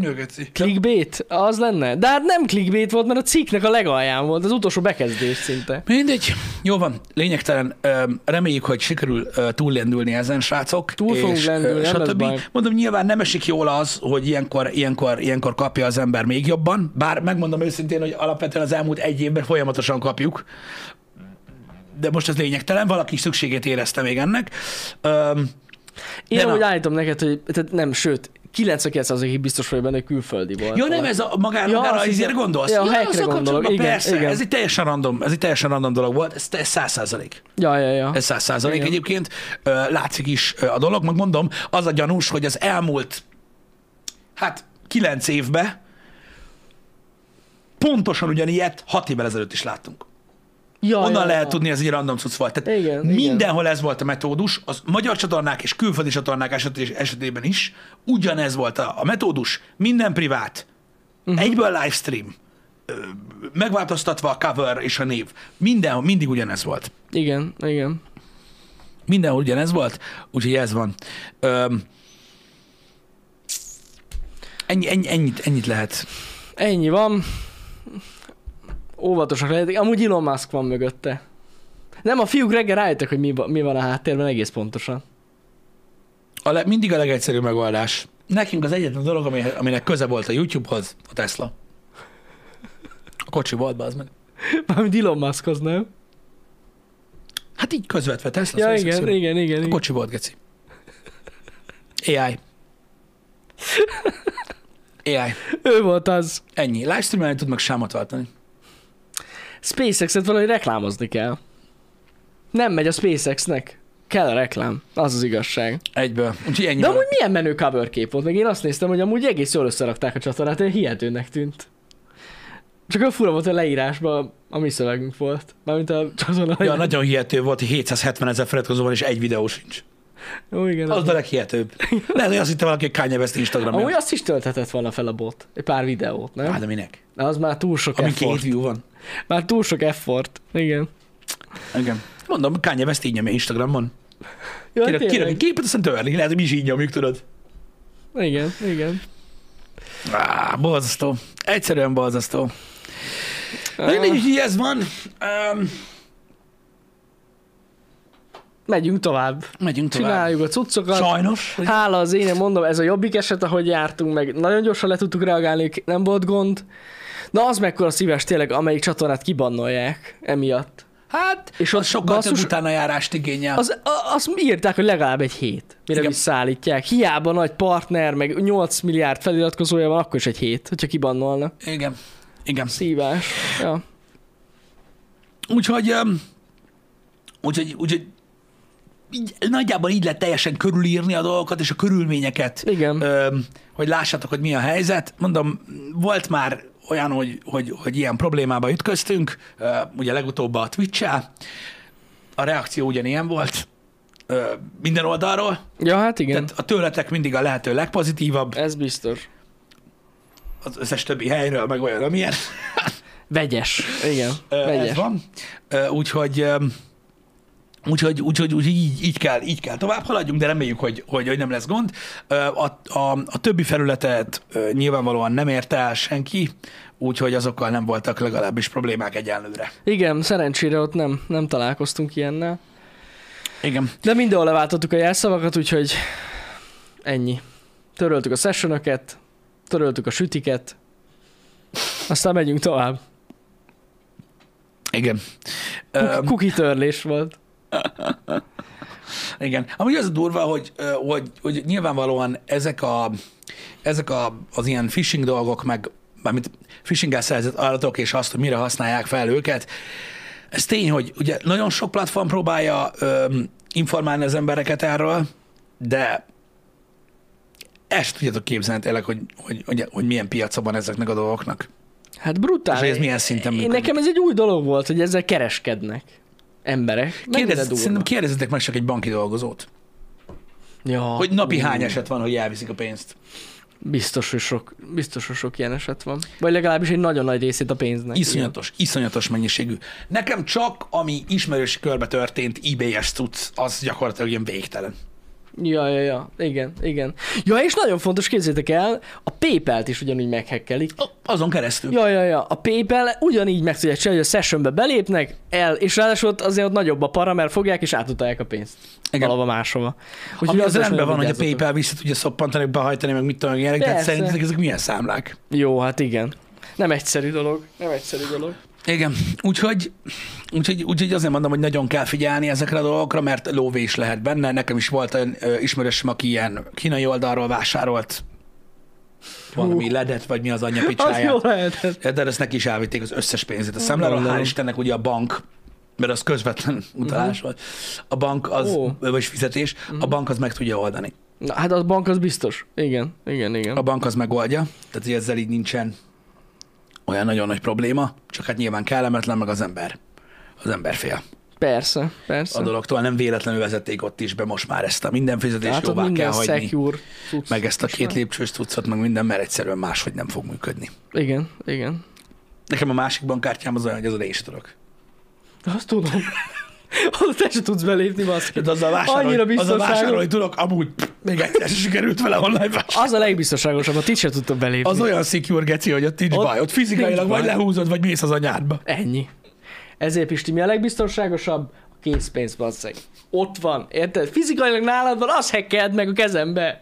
[SPEAKER 1] Nyögeci.
[SPEAKER 2] Clickbait? Az lenne? De hát nem clickbait volt, mert a cikknek a legalján volt, az utolsó bekezdés szinte.
[SPEAKER 1] Mindegy. Jó van, lényegtelen. Öm, Reméljük, hogy sikerül ö, túllendülni ezen, srácok.
[SPEAKER 2] Túl fogunk
[SPEAKER 1] és, ö,
[SPEAKER 2] lendülni, nem lesz
[SPEAKER 1] stb.
[SPEAKER 2] baj.
[SPEAKER 1] Mondom, nyilván nem esik jól az, hogy ilyenkor, ilyenkor, ilyenkor kapja az ember még jobban, bár megmondom őszintén, hogy alapvetően az elmúlt egy évben folyamatosan kapjuk, de most ez lényegtelen, valaki is szükségét érezte még ennek. Öm,
[SPEAKER 2] Én
[SPEAKER 1] De na.
[SPEAKER 2] úgy állítom neked, hogy tehát nem, sőt, 99 biztos vagyok benne, hogy külföldi volt.
[SPEAKER 1] Jó, nem ez a magára,
[SPEAKER 2] Ja,
[SPEAKER 1] magára
[SPEAKER 2] azt
[SPEAKER 1] az izért
[SPEAKER 2] hiszem-
[SPEAKER 1] gondolsz.
[SPEAKER 2] Ja, a helyekre
[SPEAKER 1] azzal
[SPEAKER 2] gondolok.
[SPEAKER 1] kapcsolatban
[SPEAKER 2] Igen,
[SPEAKER 1] persze,
[SPEAKER 2] igen.
[SPEAKER 1] ez egy teljesen random, ez egy teljesen random dolog volt, ez ez száz százalék.
[SPEAKER 2] Ja, ja, ja.
[SPEAKER 1] Ez száz százalék
[SPEAKER 2] Igen.
[SPEAKER 1] egyébként. Ö, Látszik is ö, a dolog, meg mondom, az a gyanús, hogy az elmúlt, hát kilenc évbe pontosan ugyanilyet hat évvel ezelőtt is láttunk.
[SPEAKER 2] ja,
[SPEAKER 1] Onnan
[SPEAKER 2] ja,
[SPEAKER 1] lehet
[SPEAKER 2] ja.
[SPEAKER 1] tudni, ez egy random cucc volt. Tehát
[SPEAKER 2] Igen,
[SPEAKER 1] mindenhol ez volt a metódus, az magyar csatornák és külföldi csatornák eset- esetében is ugyanez volt a, a metódus. Minden privát,
[SPEAKER 2] Mhm.
[SPEAKER 1] uh-huh. egyből livestream, ö, megváltoztatva a cover és a név. Mindenhol, mindig ugyanez volt.
[SPEAKER 2] Igen, igen.
[SPEAKER 1] Mindenhol ugyanez volt, úgyhogy ez van. Öm, ennyi, ennyi, ennyit, ennyit lehet.
[SPEAKER 2] Ennyi van. Óvatosak lehetek. Amúgy Elon Musk van mögötte. Nem, a fiúk reggel rájöttek, hogy mi, va- mi van a háttérben egész pontosan.
[SPEAKER 1] A le, mindig a legegyszerűbb megoldás. Nekünk az egyetlen dolog, ami, aminek köze volt a YouTube-hoz, a Tesla. A kocsi volt, be az meg.
[SPEAKER 2] Mármint Elon Musk az, nem?
[SPEAKER 1] Hát így közvetve Tesla.
[SPEAKER 2] Ja,
[SPEAKER 1] szóval
[SPEAKER 2] igen,
[SPEAKER 1] egyszerű.
[SPEAKER 2] igen, igen,
[SPEAKER 1] A
[SPEAKER 2] igen.
[SPEAKER 1] kocsi volt, geci. AI. AI.
[SPEAKER 2] Ő volt az.
[SPEAKER 1] Ennyi. Livestreamen nem tud meg sámat váltani.
[SPEAKER 2] SpaceX-et valahogy reklámozni kell. Nem megy a SpaceX-nek. Kell a reklám. Az az igazság.
[SPEAKER 1] Egyből. Úgyhogy ennyi.
[SPEAKER 2] De
[SPEAKER 1] van.
[SPEAKER 2] amúgy milyen menő cover kép volt, meg én azt néztem, hogy amúgy egész jól összerakták a csatornát, én hihetőnek tűnt. Csak a fura volt a leírásban, a mi szövegünk volt. Mármint a csatorna.
[SPEAKER 1] Ja, nagyon hihető volt, hogy 770 ezer feliratkozó van, és egy videó sincs.
[SPEAKER 2] Ó, igen.
[SPEAKER 1] Az a leghihetőbb. Lehet, hogy azt hitte valaki, hogy Kanye West Instagramja.
[SPEAKER 2] Amúgy azt is töltetett volna fel a bot. Egy pár videót, nem?
[SPEAKER 1] Hát, de minek?
[SPEAKER 2] De az már túl sok
[SPEAKER 1] Ami két
[SPEAKER 2] effort.
[SPEAKER 1] view van.
[SPEAKER 2] Már túl sok effort. Igen.
[SPEAKER 1] Igen. Mondom, Kanye West így nyomja Instagramon.
[SPEAKER 2] Jó,
[SPEAKER 1] Kirak, kirak egy
[SPEAKER 2] tényleg.
[SPEAKER 1] képet, aztán törli. Lehet, hogy mi is így nyomjuk, tudod?
[SPEAKER 2] Igen, igen.
[SPEAKER 1] Á, borzasztó. Egyszerűen borzasztó. Na, mindegy, úgyhogy ez van. Um,
[SPEAKER 2] Megyünk tovább.
[SPEAKER 1] megyünk tovább.
[SPEAKER 2] Csináljuk a cuccokat.
[SPEAKER 1] Sajnos.
[SPEAKER 2] Hála az én, mondom, ez a jobbik eset, ahogy jártunk meg. Nagyon gyorsan le tudtuk reagálni, nem volt gond. Na az mekkora szíves tényleg, amelyik csatornát kibannolják emiatt.
[SPEAKER 1] Hát, és
[SPEAKER 2] És
[SPEAKER 1] ott
[SPEAKER 2] ott
[SPEAKER 1] sokkal basszus...
[SPEAKER 2] basszus-
[SPEAKER 1] több utánajárást igényel. Az...
[SPEAKER 2] Az, a, azt írták, hogy legalább egy hét, mire
[SPEAKER 1] Igen.
[SPEAKER 2] Igen. visszaállítják. Hiába nagy partner, meg 8 milliárd feliratkozója van, akkor is egy hét, hogyha kibannolnak.
[SPEAKER 1] Igen. Igen.
[SPEAKER 2] Szívás. Ja.
[SPEAKER 1] Úgyhogy, um, úgyhogy, úgyhogy így, nagyjából így lehet teljesen körülírni a dolgokat és a körülményeket.
[SPEAKER 2] Igen.
[SPEAKER 1] Öm, hogy lássátok, hogy mi a helyzet. Mondom, volt már olyan, hogy, hogy, hogy ilyen problémába ütköztünk, Ö, ugye legutóbb a twitch a reakció ugyanilyen volt, Ö, minden oldalról,
[SPEAKER 2] Ja, hát igen.
[SPEAKER 1] tehát a tőletek mindig a lehető legpozitívabb,
[SPEAKER 2] Ez biztos.
[SPEAKER 1] az összes többi helyről meg olyan, amilyen.
[SPEAKER 2] Vegyes. Igen,
[SPEAKER 1] Ö,
[SPEAKER 2] vegyes.
[SPEAKER 1] Ez van. Ö, Úgyhogy, öm, úgyhogy, úgyhogy, úgyhogy így, így, kell, így kell tovább haladjunk, de reméljük, hogy, hogy, hogy nem lesz gond. Ö, A, a, a többi felületet ö, nyilvánvalóan nem érte el senki, úgyhogy azokkal nem voltak legalábbis problémák egyenlőre.
[SPEAKER 2] Igen, szerencsére ott nem, nem találkoztunk ilyennel.
[SPEAKER 1] Igen.
[SPEAKER 2] De mindenhol leváltottuk a jelszavakat, úgyhogy ennyi. Töröltük a sessionöket, töröltük a sütiket, aztán megyünk tovább.
[SPEAKER 1] Igen.
[SPEAKER 2] Kuk-
[SPEAKER 1] Öm,
[SPEAKER 2] kuki törlés volt.
[SPEAKER 1] Igen. Amúgy az a durva, hogy, ö, hogy, hogy nyilvánvalóan ezek, a, ezek a, az ilyen phishing dolgok, meg mármint phishinggel szerzett adatok, és azt, hogy mire használják fel őket, ez tény, hogy ugye nagyon sok platform próbálja öm, informálni az embereket erről, de el sem tudjátok képzelni tényleg, hogy, hogy, hogy, hogy milyen piaca van ezeknek a dolgoknak.
[SPEAKER 2] Hát brutál.
[SPEAKER 1] És ez milyen szinten
[SPEAKER 2] Én,
[SPEAKER 1] működik.
[SPEAKER 2] nekem ez egy új dolog volt, hogy ezzel kereskednek emberek. Mennyire
[SPEAKER 1] Kérdez,
[SPEAKER 2] durva.
[SPEAKER 1] szerintem kérdezzetek meg csak egy banki dolgozót,
[SPEAKER 2] Ja,
[SPEAKER 1] hogy napi
[SPEAKER 2] Ah, ú,
[SPEAKER 1] hány eset van, hogy elviszik a pénzt.
[SPEAKER 2] Biztos, hogy sok, biztos, hogy sok ilyen eset van. Vagy legalábbis egy nagyon nagy részét a pénznek. igen.
[SPEAKER 1] Iszonyatos, iszonyatos mennyiségű. Nekem csak, ami ismerősi körbe történt, eBay-es cucc, az gyakorlatilag ilyen végtelen.
[SPEAKER 2] Ja, ja, ja. Igen, igen. Ja, és nagyon fontos, képzétek el, a PayPal-t is ugyanúgy meghekkelik.
[SPEAKER 1] Ó, Azon keresztül.
[SPEAKER 2] Ja, ja, ja. A PayPal ugyanígy meg tudják csinálni, hogy a sessionbe belépnek, el, és ráadásul ott azért ott nagyobb a para, mert fogják és átutalják a pénzt.
[SPEAKER 1] Igen.
[SPEAKER 2] Igen. Valahova máshova.
[SPEAKER 1] Ami
[SPEAKER 2] Úgyhogy
[SPEAKER 1] az
[SPEAKER 2] is
[SPEAKER 1] rendben
[SPEAKER 2] nagyon
[SPEAKER 1] van, hogy a
[SPEAKER 2] vigyázzatok.
[SPEAKER 1] PayPal vissza tudja szoppantani, behajtani, meg mit tudom, ilyenek, de hát
[SPEAKER 2] Persze.
[SPEAKER 1] szerintetek ezek milyen számlák?
[SPEAKER 2] Jó, hát igen. Nem egyszerű dolog. Nem egyszerű dolog.
[SPEAKER 1] Igen, úgyhogy, úgyhogy, úgyhogy azért mondom, hogy nagyon kell figyelni ezekre a dolgokra, mert lóvés lehet benne. Nekem is volt olyan ö, ismerősöm, aki ilyen kínai oldalról vásárolt valami ledet, vagy mi az anyja
[SPEAKER 2] Az
[SPEAKER 1] picsáját.
[SPEAKER 2] jó lehetett.
[SPEAKER 1] De ezt neki is elvitték az összes pénzét a számláról.
[SPEAKER 2] Gondolom.
[SPEAKER 1] Hál' Istennek ugye a bank, mert az közvetlen utalás volt. A bank az,
[SPEAKER 2] Mhm. Ó. Mhm.
[SPEAKER 1] vagy fizetés, a bank az meg tudja oldani.
[SPEAKER 2] Na, hát a bank az biztos. Igen, igen, igen.
[SPEAKER 1] A bank az megoldja, tehát hogy ezzel így nincsen olyan nagyon nagy probléma, csak hát nyilván kellemetlen meg az ember. Az ember fél
[SPEAKER 2] Persze,
[SPEAKER 1] a
[SPEAKER 2] persze.
[SPEAKER 1] dologtól. Nem véletlenül vezették ott is be most már ezt a minden fizetés
[SPEAKER 2] Hát ott
[SPEAKER 1] jóvá kell
[SPEAKER 2] minden
[SPEAKER 1] hagyni.
[SPEAKER 2] secure. cucc.
[SPEAKER 1] Meg ezt a
[SPEAKER 2] Most
[SPEAKER 1] két
[SPEAKER 2] már.
[SPEAKER 1] lépcsős cuccot, meg minden, mert egyszerűen máshogy nem fog működni.
[SPEAKER 2] Igen, igen.
[SPEAKER 1] Nekem a másik bankkártyám az olyan, hogy azon én is tudok.
[SPEAKER 2] Azt tudom. Hát Azt te sem tudsz belépni, baszki.
[SPEAKER 1] Tehát az a
[SPEAKER 2] Annyira
[SPEAKER 1] vásárolni, az a
[SPEAKER 2] biztonságos.
[SPEAKER 1] vásárolni tudok, amúgy pff, még egyszer se sikerült vele online vásárolni.
[SPEAKER 2] Az a legbiztonságosabb, a ti sem tudtok belépni.
[SPEAKER 1] Az olyan secure geci, hogy ott nincs
[SPEAKER 2] Ott
[SPEAKER 1] baj. Ott fizikailag
[SPEAKER 2] nincs
[SPEAKER 1] vagy
[SPEAKER 2] baj.
[SPEAKER 1] lehúzod, vagy mész az anyádba.
[SPEAKER 2] Ennyi. Ezért Pisti, mi a legbiztonságosabb? A készpénz, bazzeg. Ott van, érted? Fizikailag nálad van, az hekkeld meg a kezembe.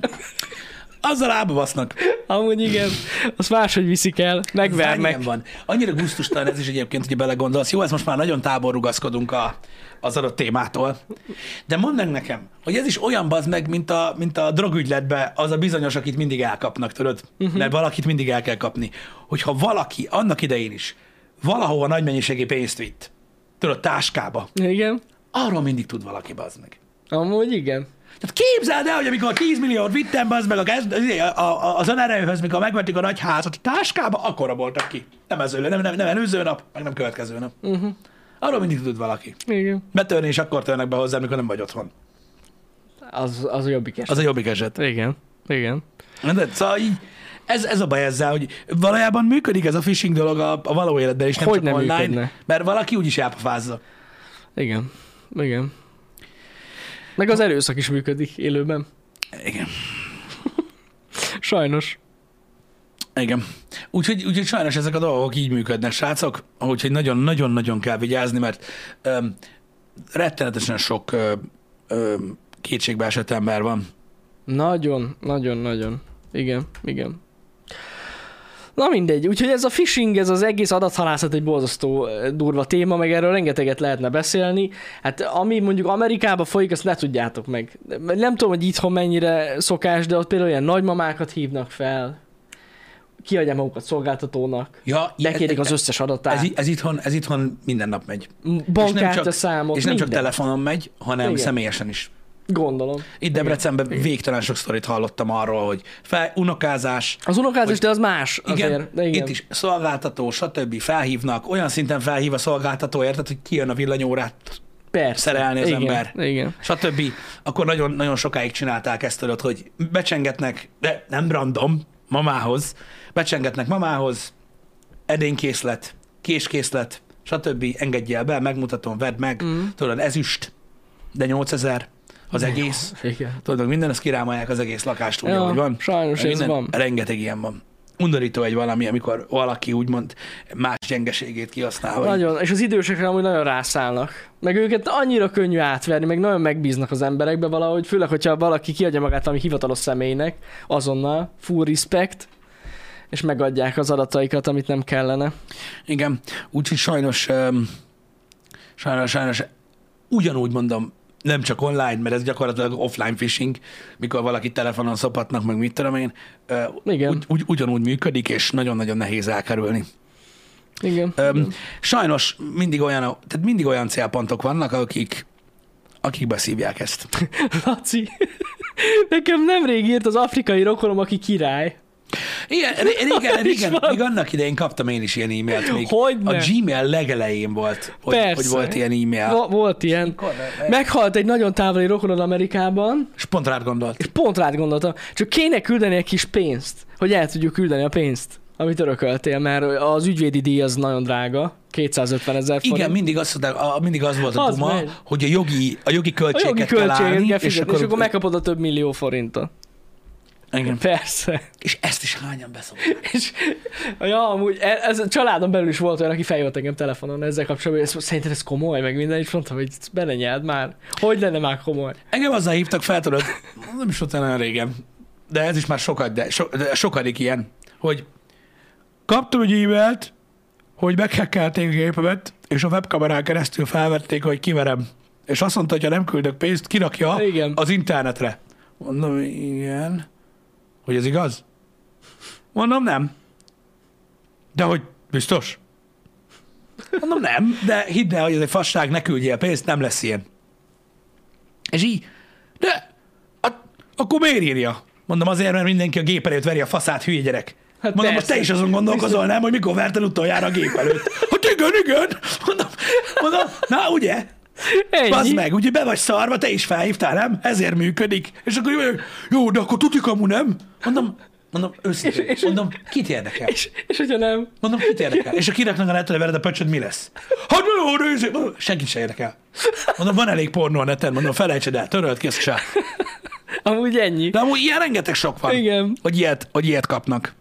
[SPEAKER 1] Azzal ába basznak.
[SPEAKER 2] Amúgy igen, azt máshogy viszik el, megvernek.
[SPEAKER 1] Ilyen van. Annyira gusztustalan ez is egyébként, hogy belegondolsz. Jó, ez most már nagyon távol rugaszkodunk a, az adott témától. De mondd meg nekem, hogy ez is olyan bazd meg, mint a, mint a drogügyletbe az a bizonyos, akit mindig elkapnak, tudod? Uh-huh. Mert valakit mindig el kell kapni. Hogyha valaki annak idején is valahova nagy mennyiségű pénzt vitt, tudod, táskába,
[SPEAKER 2] Igen,
[SPEAKER 1] arról mindig tud valaki, bazd meg.
[SPEAKER 2] amúgy igen.
[SPEAKER 1] Tehát képzeld el, hogy amikor 10 milliót vittem, az meg a, kezd- a, a, az önerőhöz, mikor megvettük a nagy házat a táskába, akkor voltak ki. Nem, ező, nem, nem, nem előző nap, meg nem következő nap. Uh-huh. Arról mindig tud valaki.
[SPEAKER 2] Igen.
[SPEAKER 1] Betörni, és akkor törnek be hozzá, amikor nem vagy otthon.
[SPEAKER 2] Az, az a jobbik eset.
[SPEAKER 1] Az a jobbik eset.
[SPEAKER 2] Igen, igen.
[SPEAKER 1] De, szóval így, ez, ez a baj ezzel, hogy valójában működik ez a phishing dolog a, a való életben, és nem
[SPEAKER 2] Hogy
[SPEAKER 1] csak
[SPEAKER 2] nem
[SPEAKER 1] online,
[SPEAKER 2] működne?
[SPEAKER 1] mert valaki úgyis elpofázza.
[SPEAKER 2] Igen, igen. Meg az erőszak is működik élőben.
[SPEAKER 1] Igen.
[SPEAKER 2] Sajnos.
[SPEAKER 1] Igen. Úgyhogy, úgyhogy sajnos ezek a dolgok így működnek, srácok, úgyhogy nagyon-nagyon-nagyon kell vigyázni, mert öm, rettenetesen sok öm, öm, kétségbe esett ember van.
[SPEAKER 2] Nagyon, nagyon, nagyon. Igen, igen. Na mindegy, úgyhogy ez a phishing, ez az egész adathalászat egy borzasztó eh, durva téma, meg erről rengeteget lehetne beszélni. Hát ami mondjuk Amerikában folyik, azt ne tudjátok meg. Nem tudom, hogy itthon mennyire szokás, de ott például ilyen nagymamákat hívnak fel, kiadják magukat szolgáltatónak,
[SPEAKER 1] Ja,
[SPEAKER 2] lekérik az összes
[SPEAKER 1] ez,
[SPEAKER 2] adatát,
[SPEAKER 1] ez, itthon, ez itthon minden nap megy.
[SPEAKER 2] bankkártya számot,
[SPEAKER 1] és nem csak
[SPEAKER 2] minden.
[SPEAKER 1] telefonon megy, hanem
[SPEAKER 2] Igen.
[SPEAKER 1] személyesen is.
[SPEAKER 2] Gondolom.
[SPEAKER 1] Itt Debrecenben végtelen sok sztorit hallottam arról, hogy fel, unokázás,
[SPEAKER 2] Az unokázás, de az más
[SPEAKER 1] Igen,
[SPEAKER 2] azért. De igen.
[SPEAKER 1] itt is szolgáltató, stb. felhívnak, olyan szinten felhív a szolgáltató, érted, hogy kijön a villanyórát
[SPEAKER 2] Persze.
[SPEAKER 1] szerelni az
[SPEAKER 2] igen,
[SPEAKER 1] ember.
[SPEAKER 2] Igen.
[SPEAKER 1] stb. Akkor nagyon, nagyon sokáig csinálták ezt tudod, hogy becsengetnek, de nem random, mamához, becsengetnek mamához, edénykészlet, késkészlet, stb. Engedjél be, megmutatom, vedd meg, mm. tudod, ezüst, de 8000 az egész.
[SPEAKER 2] igen.
[SPEAKER 1] Tudod, meg minden, ezt kirámolják az egész lakást, úgy,
[SPEAKER 2] Ja,
[SPEAKER 1] ahogy van.
[SPEAKER 2] sajnos ez
[SPEAKER 1] minden,
[SPEAKER 2] van.
[SPEAKER 1] Rengeteg ilyen van. Undorító egy valami, amikor valaki úgymond más gyengeségét kihasznál. vagy-
[SPEAKER 2] Nagyon, és az idősekre amúgy nagyon rászállnak. Meg őket annyira könnyű átverni, meg nagyon megbíznak az emberekbe valahogy, főleg, hogyha valaki kiadja magát valami hivatalos személynek, azonnal, full respect, és megadják az adataikat, amit nem kellene.
[SPEAKER 1] Igen, úgyhogy sajnos, öm, sajnos, sajnos ugyanúgy mondom, nem csak online, mert ez gyakorlatilag offline phishing, mikor valaki telefonon szopatnak, meg mit tudom én, ö,
[SPEAKER 2] Igen.
[SPEAKER 1] Ugy, ugy, ugyanúgy működik, és nagyon-nagyon nehéz elkerülni.
[SPEAKER 2] Igen.
[SPEAKER 1] Öm, sajnos mindig olyan, tehát mindig olyan célpontok vannak, akik, akik beszívják ezt.
[SPEAKER 2] Laci, nekem nemrég írt az afrikai rokonom, aki király.
[SPEAKER 1] Igen, ré- régen,
[SPEAKER 2] Olyan is
[SPEAKER 1] régen,
[SPEAKER 2] van.
[SPEAKER 1] még annak idején kaptam én is ilyen e-mailt. Még
[SPEAKER 2] Hogyne.
[SPEAKER 1] A Gmail legelején volt, hogy,
[SPEAKER 2] Persze.
[SPEAKER 1] hogy volt ilyen e-mail.
[SPEAKER 2] Va- volt ilyen. Meghalt egy nagyon távoli rokonod Amerikában,
[SPEAKER 1] És pont rád gondolt.
[SPEAKER 2] és pont rád gondoltam, csak kéne küldeni egy kis pénzt, hogy el tudjuk küldeni a pénzt, amit örököltél, mert az ügyvédi díj az nagyon drága, 250 ezer forint.
[SPEAKER 1] Igen, mindig, azt, mondták- a- mindig az volt a
[SPEAKER 2] Az
[SPEAKER 1] duma,
[SPEAKER 2] megy.
[SPEAKER 1] hogy a jogi, a jogi
[SPEAKER 2] a jogi
[SPEAKER 1] költségeket kell
[SPEAKER 2] költséget
[SPEAKER 1] állni,
[SPEAKER 2] kell fizetni, és akkor, és akkor
[SPEAKER 1] meg...
[SPEAKER 2] megkapod a több millió forintot.
[SPEAKER 1] Engem.
[SPEAKER 2] Persze.
[SPEAKER 1] És ezt is hányan beszóltak.
[SPEAKER 2] És, ja, amúgy e- ez a családon belül is volt olyan, aki feljött engem telefonon ezzel kapcsolatban, és szerintem ez komoly, meg minden, és mondtam, hogy bele nyeld már. Hogy lenne már komoly?
[SPEAKER 1] Engem azzal hívtak fel, tudod, nem is volt olyan régen, de ez is már sokat, de, so, de sokadik ilyen, hogy kaptam egy e-mailt, hogy meghekkelték a gépemet, és a webkamerán keresztül felvették, hogy kiverem. És azt mondta, hogy ha nem küldök pénzt, kirakja
[SPEAKER 2] Igen.
[SPEAKER 1] az internetre. Mondom, igen. Hogy ez igaz? Mondom, nem. De hogy biztos? Mondom, nem, de hidd el, hogy ez egy fasság, ne küldjél pénzt, nem lesz ilyen. És így, de a, akkor miért írja? Mondom, azért, mert mindenki a gép előtt veri a faszát, hülye gyerek.
[SPEAKER 2] Hát
[SPEAKER 1] Hát Mondom, most
[SPEAKER 2] persze.
[SPEAKER 1] te is azon gondolkozol, nem, hogy mikor verted utoljára a gép előtt. Hát igen, igen. Mondom, mondom na ugye?
[SPEAKER 2] Ennyi.
[SPEAKER 1] Bazd meg, ugye be vagy szarva, te is felhívtál, nem? Ezért működik. És akkor jó, jó de akkor tutik amú, nem? Mondom, mondom, őszintén,
[SPEAKER 2] És- és-
[SPEAKER 1] mondom, kit érdekel?
[SPEAKER 2] És, és hogyha nem,
[SPEAKER 1] Mondom, kit érdekel? És ha kiraknak a netre vered a pöcsöd, mi lesz? Hát jó, nézzük! Mondom, Senkit se érdekel. Mondom, van elég pornó a neten, mondom, felejtsed el, törölt ki ezt se.
[SPEAKER 2] amúgy ennyi.
[SPEAKER 1] De amúgy ilyen rengeteg sok van,
[SPEAKER 2] Igen.
[SPEAKER 1] hogy, ilyet, hogy ilyet kapnak.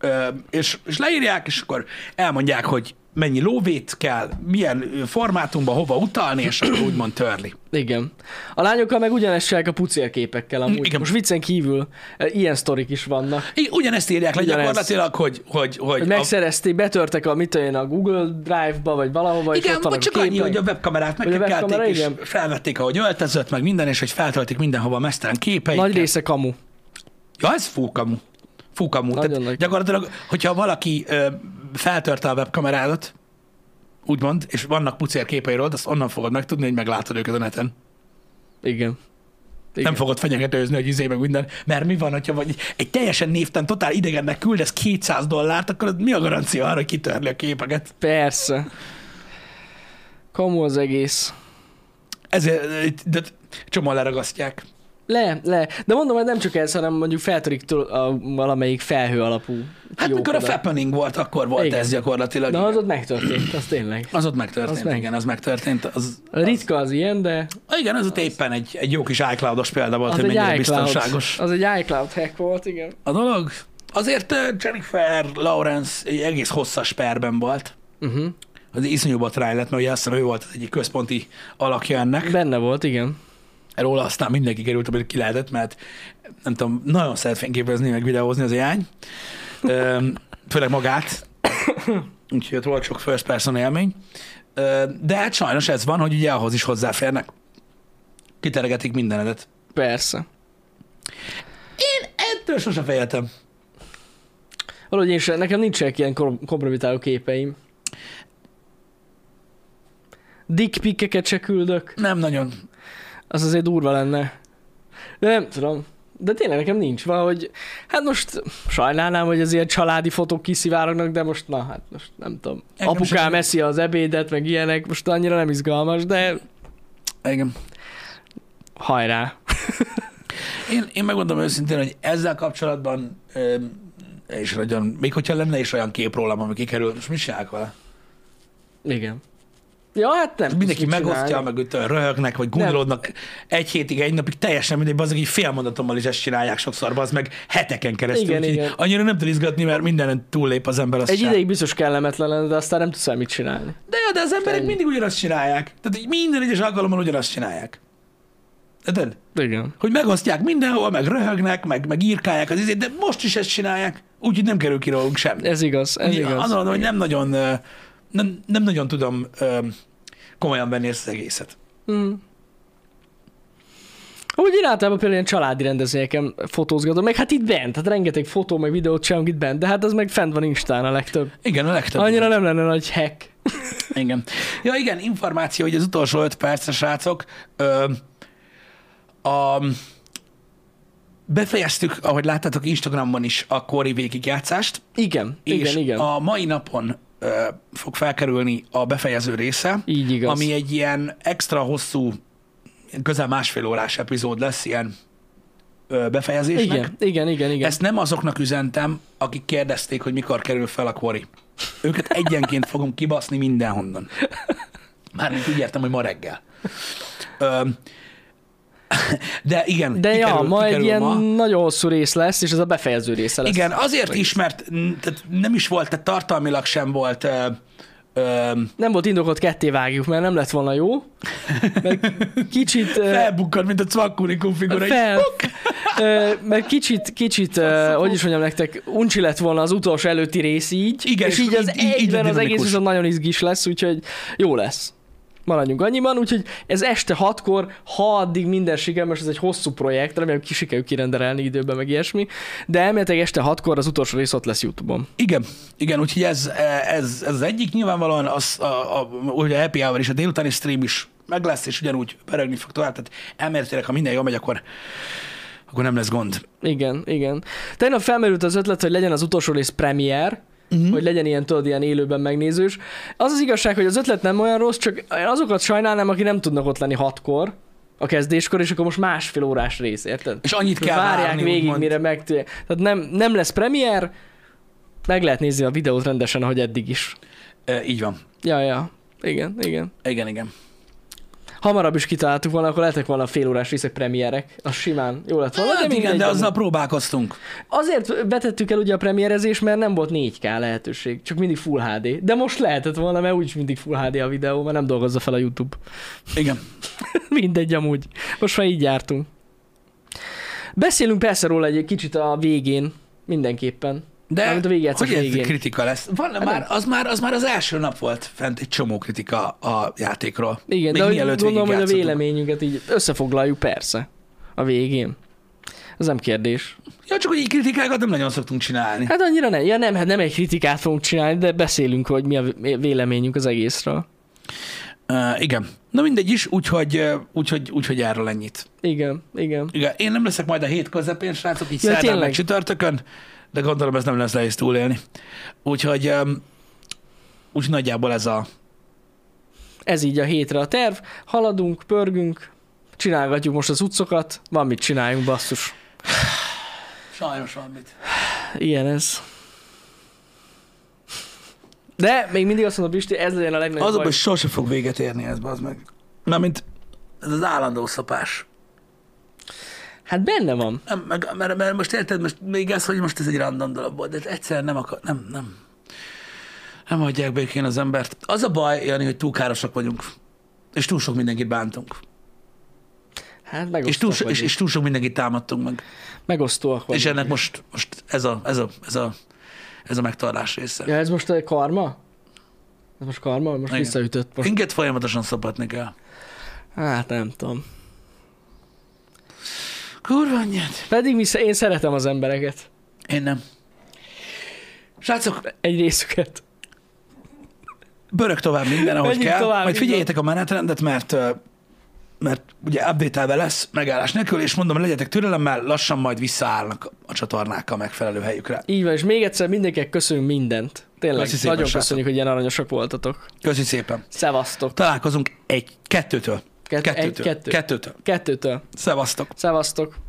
[SPEAKER 1] Ö, és, és leírják, és akkor elmondják, hogy mennyi lóvét kell, milyen ö, formátumban, hova utalni, és akkor úgymond törli.
[SPEAKER 2] Igen. A lányokkal meg ugyanezt csinálják a pucélképekkel amúgy. Igen.
[SPEAKER 1] Igen.
[SPEAKER 2] Most viccen kívül e, ilyen sztorik is vannak.
[SPEAKER 1] Igen, Ugyanezt írják le
[SPEAKER 2] Ugyanezt.
[SPEAKER 1] gyakorlatilag, hogy, hogy, hogy,
[SPEAKER 2] Hogy
[SPEAKER 1] a-
[SPEAKER 2] megszerezték, betörtek a, mit tudom én, a Google Drive-ba, vagy valahova, és
[SPEAKER 1] Igen,
[SPEAKER 2] ott
[SPEAKER 1] vagy
[SPEAKER 2] vannak
[SPEAKER 1] csak
[SPEAKER 2] a
[SPEAKER 1] annyi,
[SPEAKER 2] képek.
[SPEAKER 1] hogy a webkamerát
[SPEAKER 2] Hogy a
[SPEAKER 1] megkelték,
[SPEAKER 2] webkamera,
[SPEAKER 1] és
[SPEAKER 2] igen.
[SPEAKER 1] felvették, ahogy öltözött, meg minden, és hogy feltöltik mindenhova mesztelen képeiket.
[SPEAKER 2] Nagy része kamu.
[SPEAKER 1] Ja, ez fúkamu. Fúkamu.
[SPEAKER 2] Nagyon
[SPEAKER 1] Tehát
[SPEAKER 2] nagy.
[SPEAKER 1] gyakorlatilag, hogyha valaki ö, feltörte a webkamerádat, úgymond, és vannak pucér képeiről, azt onnan fogod megtudni, hogy meglátod őket a neten. Igen.
[SPEAKER 2] Igen.
[SPEAKER 1] Nem fogod fenyegetőzni, hogy izé meg minden. Mert mi van, hogyha vagy egy teljesen névten, totál idegennek küldesz 200 dollárt, akkor az mi a garancia arra, hogy kitörli a képeket?
[SPEAKER 2] Persze. Kamu az egész.
[SPEAKER 1] Ezért de csomóan leragasztják.
[SPEAKER 2] Le, le. De mondom, hogy nem csak ez, hanem mondjuk feltörik től- a, valamelyik felhő alapú.
[SPEAKER 1] Hát mikor a fappening volt, akkor volt
[SPEAKER 2] Igen.
[SPEAKER 1] Igen. ez gyakorlatilag.
[SPEAKER 2] Na, az ott megtörtént, az tényleg.
[SPEAKER 1] Az ott megtörtént,
[SPEAKER 2] Az
[SPEAKER 1] az
[SPEAKER 2] meg.
[SPEAKER 1] igen, az megtörtént. Az,
[SPEAKER 2] Ritka az ilyen, de
[SPEAKER 1] Ah, igen, az ott éppen egy, egy jó kis iCloud-os példa volt,
[SPEAKER 2] az
[SPEAKER 1] hogy
[SPEAKER 2] egy,
[SPEAKER 1] mennyire
[SPEAKER 2] iCloud,
[SPEAKER 1] biztonságos
[SPEAKER 2] az egy iCloud hack volt, igen.
[SPEAKER 1] a dolog. Azért ö, Jennifer Lawrence egy egész hosszas perben volt.
[SPEAKER 2] Uh-huh.
[SPEAKER 1] Az iszonyú botrány lett, mert ugye azt hiszem, ő volt az egyik központi alakja ennek.
[SPEAKER 2] Benne volt, igen.
[SPEAKER 1] Róla aztán mindenki került, amit ki lehetett, mert nem tudom, nagyon szeret fényképezni, meg videózni az iány. Öm, Főleg magát. Úgyhogy ott volt sok first person élmény. Öm, De hát sajnos ez van, hogy ugye ahhoz is hozzáférnek. Kiteregetik mindenedet.
[SPEAKER 2] Persze.
[SPEAKER 1] Én ettől sose féltem.
[SPEAKER 2] Valahogy én sem, nekem nincsenek ilyen kom- kompromitáló képeim. Dick pikkeket se küldök,
[SPEAKER 1] Nem nagyon.
[SPEAKER 2] az azért durva lenne. De nem tudom. De tényleg nekem nincs valahogy, hát most sajnálnám, hogy az ilyen családi fotók kiszivárognak, de most na, hát most nem tudom.
[SPEAKER 1] Engem
[SPEAKER 2] Apukám
[SPEAKER 1] sem.
[SPEAKER 2] eszi az ebédet, meg ilyenek, most annyira nem izgalmas, de
[SPEAKER 1] Igen.
[SPEAKER 2] hajrá.
[SPEAKER 1] Én, én megmondom őszintén, hogy ezzel kapcsolatban öm, és nagyon, még hogyha lenne is olyan kép rólam, ami kikerül, most mit csinálok vele?
[SPEAKER 2] Igen. Ja, hát nem.
[SPEAKER 1] Mindenki
[SPEAKER 2] tudsz mit
[SPEAKER 1] megosztja,
[SPEAKER 2] csinálni.
[SPEAKER 1] meg ütön, röhögnek, vagy gúnyolódnak egy hétig, egy napig, teljesen mindegy, bazd meg, így fél mondatommal is ezt csinálják sokszor, bazd meg heteken keresztül.
[SPEAKER 2] Igen,
[SPEAKER 1] úgyhogy
[SPEAKER 2] igen.
[SPEAKER 1] Annyira nem tud izgatni, mert mindenen túllép az ember. Azt
[SPEAKER 2] Egy
[SPEAKER 1] sem.
[SPEAKER 2] ideig biztos kellemetlen lenne, de aztán nem tudsz el mit csinálni.
[SPEAKER 1] De jó, de az emberek
[SPEAKER 2] Ennyi.
[SPEAKER 1] mindig ugyanazt csinálják. Tehát így minden egyes alkalommal ugyanazt csinálják. Érted?
[SPEAKER 2] Igen.
[SPEAKER 1] Hogy megosztják mindenhol, meg röhögnek, meg, meg írkálják az izét, de most is ezt csinálják, úgyhogy nem kerül ki rólunk semmi.
[SPEAKER 2] Ez igaz, ez
[SPEAKER 1] Úgy,
[SPEAKER 2] igaz.
[SPEAKER 1] Azt mondom, hogy nem nagyon, ö, nem, nem nagyon tudom ö, komolyan venni ezt az egészet.
[SPEAKER 2] Mm. Úgy én általában például ilyen családi rendezvényeken fotózgatom, meg hát itt bent, hát rengeteg fotó, meg videót csinálunk itt bent, de hát az meg fent van Instán a legtöbb.
[SPEAKER 1] Igen, a legtöbb.
[SPEAKER 2] Annyira nem lenne nagy hack.
[SPEAKER 1] Igen. Ja, igen, információ, hogy az utolsó öt perces srácok. Ö, a, befejeztük, ahogy láttátok Instagramon is a kori végigjátszást,
[SPEAKER 2] Igen,
[SPEAKER 1] és
[SPEAKER 2] igen, igen.
[SPEAKER 1] a mai napon ö, fog felkerülni a befejező része,
[SPEAKER 2] Így igaz.
[SPEAKER 1] ami egy ilyen extra hosszú, ilyen közel másfél órás epizód lesz ilyen ö, befejezésnek.
[SPEAKER 2] igen, igen, igen, igen.
[SPEAKER 1] Ezt nem azoknak üzentem, akik kérdezték, hogy mikor kerül fel a kori. Őket egyenként fogom kibaszni mindenhonnan. Mármint úgy értem, hogy ma reggel. Ö, de igen,
[SPEAKER 2] De ja, ma egy
[SPEAKER 1] kikerül
[SPEAKER 2] ilyen nagyon hosszú rész lesz, és ez a befejező része lesz.
[SPEAKER 1] Igen, azért is, mert n- tehát nem is volt, tehát tartalmilag sem volt ö, ö,
[SPEAKER 2] Nem volt indokot ketté vágjuk, mert nem lett volna jó. Meg kicsit... ö,
[SPEAKER 1] felbukkant, mint a cvakkuni konfigura.
[SPEAKER 2] fel, ö, meg kicsit, kicsit, ö, hogy is mondjam nektek, uncsi lett volna az utolsó előtti rész így,
[SPEAKER 1] Igen,
[SPEAKER 2] és
[SPEAKER 1] és
[SPEAKER 2] így az
[SPEAKER 1] így- így- így
[SPEAKER 2] egyben az
[SPEAKER 1] dinamikus.
[SPEAKER 2] egész viszont nagyon izgis lesz, úgyhogy jó lesz. Maradjunk annyiban, úgyhogy ez este hatkor, ha addig minden sikermes, ez egy hosszú projekt, remélem ki sikerül kirenderelni időben, meg ilyesmi, de elméletileg este hatkor az utolsó rész ott lesz YouTube-on.
[SPEAKER 1] Igen, igen, úgyhogy ez, ez, ez az egyik nyilvánvalóan, az, a, a, ugye a happy hour és a délutáni stream is meg lesz, és ugyanúgy berögni fog tovább, tehát elméletileg, ha minden jól megy, akkor, akkor nem lesz gond.
[SPEAKER 2] Igen, igen. Tegnap felmerült az ötlet, hogy legyen az utolsó rész premier,
[SPEAKER 1] Mhm.
[SPEAKER 2] uh-huh. hogy legyen ilyen, tudod, ilyen élőben megnézős. Az az igazság, hogy az ötlet nem olyan rossz, csak én azokat sajnálnám, akik nem tudnak ott lenni hatkor, a kezdéskor, és akkor most másfél órás rész, érted?
[SPEAKER 1] És annyit kell
[SPEAKER 2] Várják
[SPEAKER 1] várni,
[SPEAKER 2] végig,
[SPEAKER 1] úgymond.
[SPEAKER 2] mire meg... Tehát nem, nem lesz premier, meg lehet nézni a videót rendesen, ahogy eddig is.
[SPEAKER 1] E, így van.
[SPEAKER 2] Ja, ja. Igen, igen.
[SPEAKER 1] Igen, igen.
[SPEAKER 2] Hamarabb is kitaláltuk volna, akkor lehetek volna fél órás részek premierek. Az simán jó lett volna.
[SPEAKER 1] Hát igen,
[SPEAKER 2] mindegy,
[SPEAKER 1] de
[SPEAKER 2] amúgy.
[SPEAKER 1] azzal próbálkoztunk.
[SPEAKER 2] Azért vetettük el ugye a premierezést, mert nem volt 4K lehetőség, csak mindig Full HD. De most lehetett volna, mert úgyis mindig Full HD a videó, mert nem dolgozza fel a YouTube.
[SPEAKER 1] Igen.
[SPEAKER 2] Mindegy amúgy. Most már így jártunk. Beszélünk persze róla egy kicsit a végén, mindenképpen.
[SPEAKER 1] De
[SPEAKER 2] Mármint a végjátszás
[SPEAKER 1] hogy ez
[SPEAKER 2] végén. Hát
[SPEAKER 1] kritika lesz? Van, már, az, már, az már az első nap volt fent egy csomó kritika a játékról.
[SPEAKER 2] Igen,
[SPEAKER 1] Még
[SPEAKER 2] de hogy
[SPEAKER 1] mielőtt
[SPEAKER 2] gondolom, hogy a
[SPEAKER 1] végigjátszottuk.
[SPEAKER 2] véleményünket így összefoglaljuk persze a végén. Ez nem kérdés.
[SPEAKER 1] Ja, csak hogy így kritikákat nem nagyon szoktunk csinálni.
[SPEAKER 2] Hát annyira nem. Ja nem, hát nem egy kritikát fogunk csinálni, de beszélünk, hogy mi a véleményünk az egészről.
[SPEAKER 1] Uh, igen. Na mindegy is, úgyhogy, ö, úgyhogy, úgyhogy erről ennyit.
[SPEAKER 2] Igen, igen.
[SPEAKER 1] Igen, én nem leszek majd a hét közepén, srácok, így
[SPEAKER 2] Ja,
[SPEAKER 1] ja, szerdán
[SPEAKER 2] tényleg.
[SPEAKER 1] meg csütörtökön, de gondolom ez nem lesz nehéz túlélni. Úgyhogy um, úgy nagyjából ez a...
[SPEAKER 2] ez így a hétre a terv, haladunk, pörgünk, csinálgatjuk most az utcokat, van mit csináljunk, basszus.
[SPEAKER 1] Sajnos van mit.
[SPEAKER 2] Ilyen ez. De még mindig azt mondom, Pisti, ez legyen a legnagyobb
[SPEAKER 1] Az a baj,
[SPEAKER 2] baj.
[SPEAKER 1] hogy sose fog véget érni ez, bazd meg. Na, mint ez az állandó szopás.
[SPEAKER 2] Hát benne van.
[SPEAKER 1] Nem, meg, mert, mert, most érted, most még ez, hogy most ez egy random dolog volt, de egyszerűen nem akar, nem, nem. Nem hagyják békén az embert. Az a baj, Jani, hogy túl károsak vagyunk. És túl sok mindenkit bántunk.
[SPEAKER 2] Hát megosztóak,
[SPEAKER 1] És túl, so, és,
[SPEAKER 2] vagyunk.
[SPEAKER 1] és túl sok mindenkit támadtunk meg. Vagy.
[SPEAKER 2] megosztóak
[SPEAKER 1] És
[SPEAKER 2] vagyunk.
[SPEAKER 1] ennek most, most ez, a, ez, a, ez, a, ez a megtartás része.
[SPEAKER 2] Ja, ez most egy karma? Ez most karma? Most
[SPEAKER 1] Igen.
[SPEAKER 2] visszaütött. Most...
[SPEAKER 1] Minket folyamatosan szopatni kell.
[SPEAKER 2] Hát nem tudom.
[SPEAKER 1] Kurva anyját.
[SPEAKER 2] Pedig vissza, én szeretem az embereket.
[SPEAKER 1] Én nem. Srácok,
[SPEAKER 2] Egy részüket.
[SPEAKER 1] Börög tovább minden, ahogy
[SPEAKER 2] Menjünk
[SPEAKER 1] kell.
[SPEAKER 2] tovább,
[SPEAKER 1] Majd
[SPEAKER 2] így
[SPEAKER 1] figyeljétek a menetrendet, mert ö, mert ugye update lesz megállás nélkül, és mondom, legyetek türelemmel, lassan majd visszaállnak a csatornák a megfelelő helyükre.
[SPEAKER 2] Így van, és még egyszer mindenkinek köszönünk mindent. Tényleg,
[SPEAKER 1] Köszi szépen,
[SPEAKER 2] nagyon
[SPEAKER 1] srácok.
[SPEAKER 2] köszönjük, hogy ilyen aranyosak voltatok.
[SPEAKER 1] Köszi szépen.
[SPEAKER 2] Szevasztok.
[SPEAKER 1] Találkozunk egy, kettőtől.
[SPEAKER 2] Kett- egy-
[SPEAKER 1] kettőtől.
[SPEAKER 2] kettő.
[SPEAKER 1] kettőtől.
[SPEAKER 2] Kettőtől.
[SPEAKER 1] Szevasztok.
[SPEAKER 2] Szevasztok.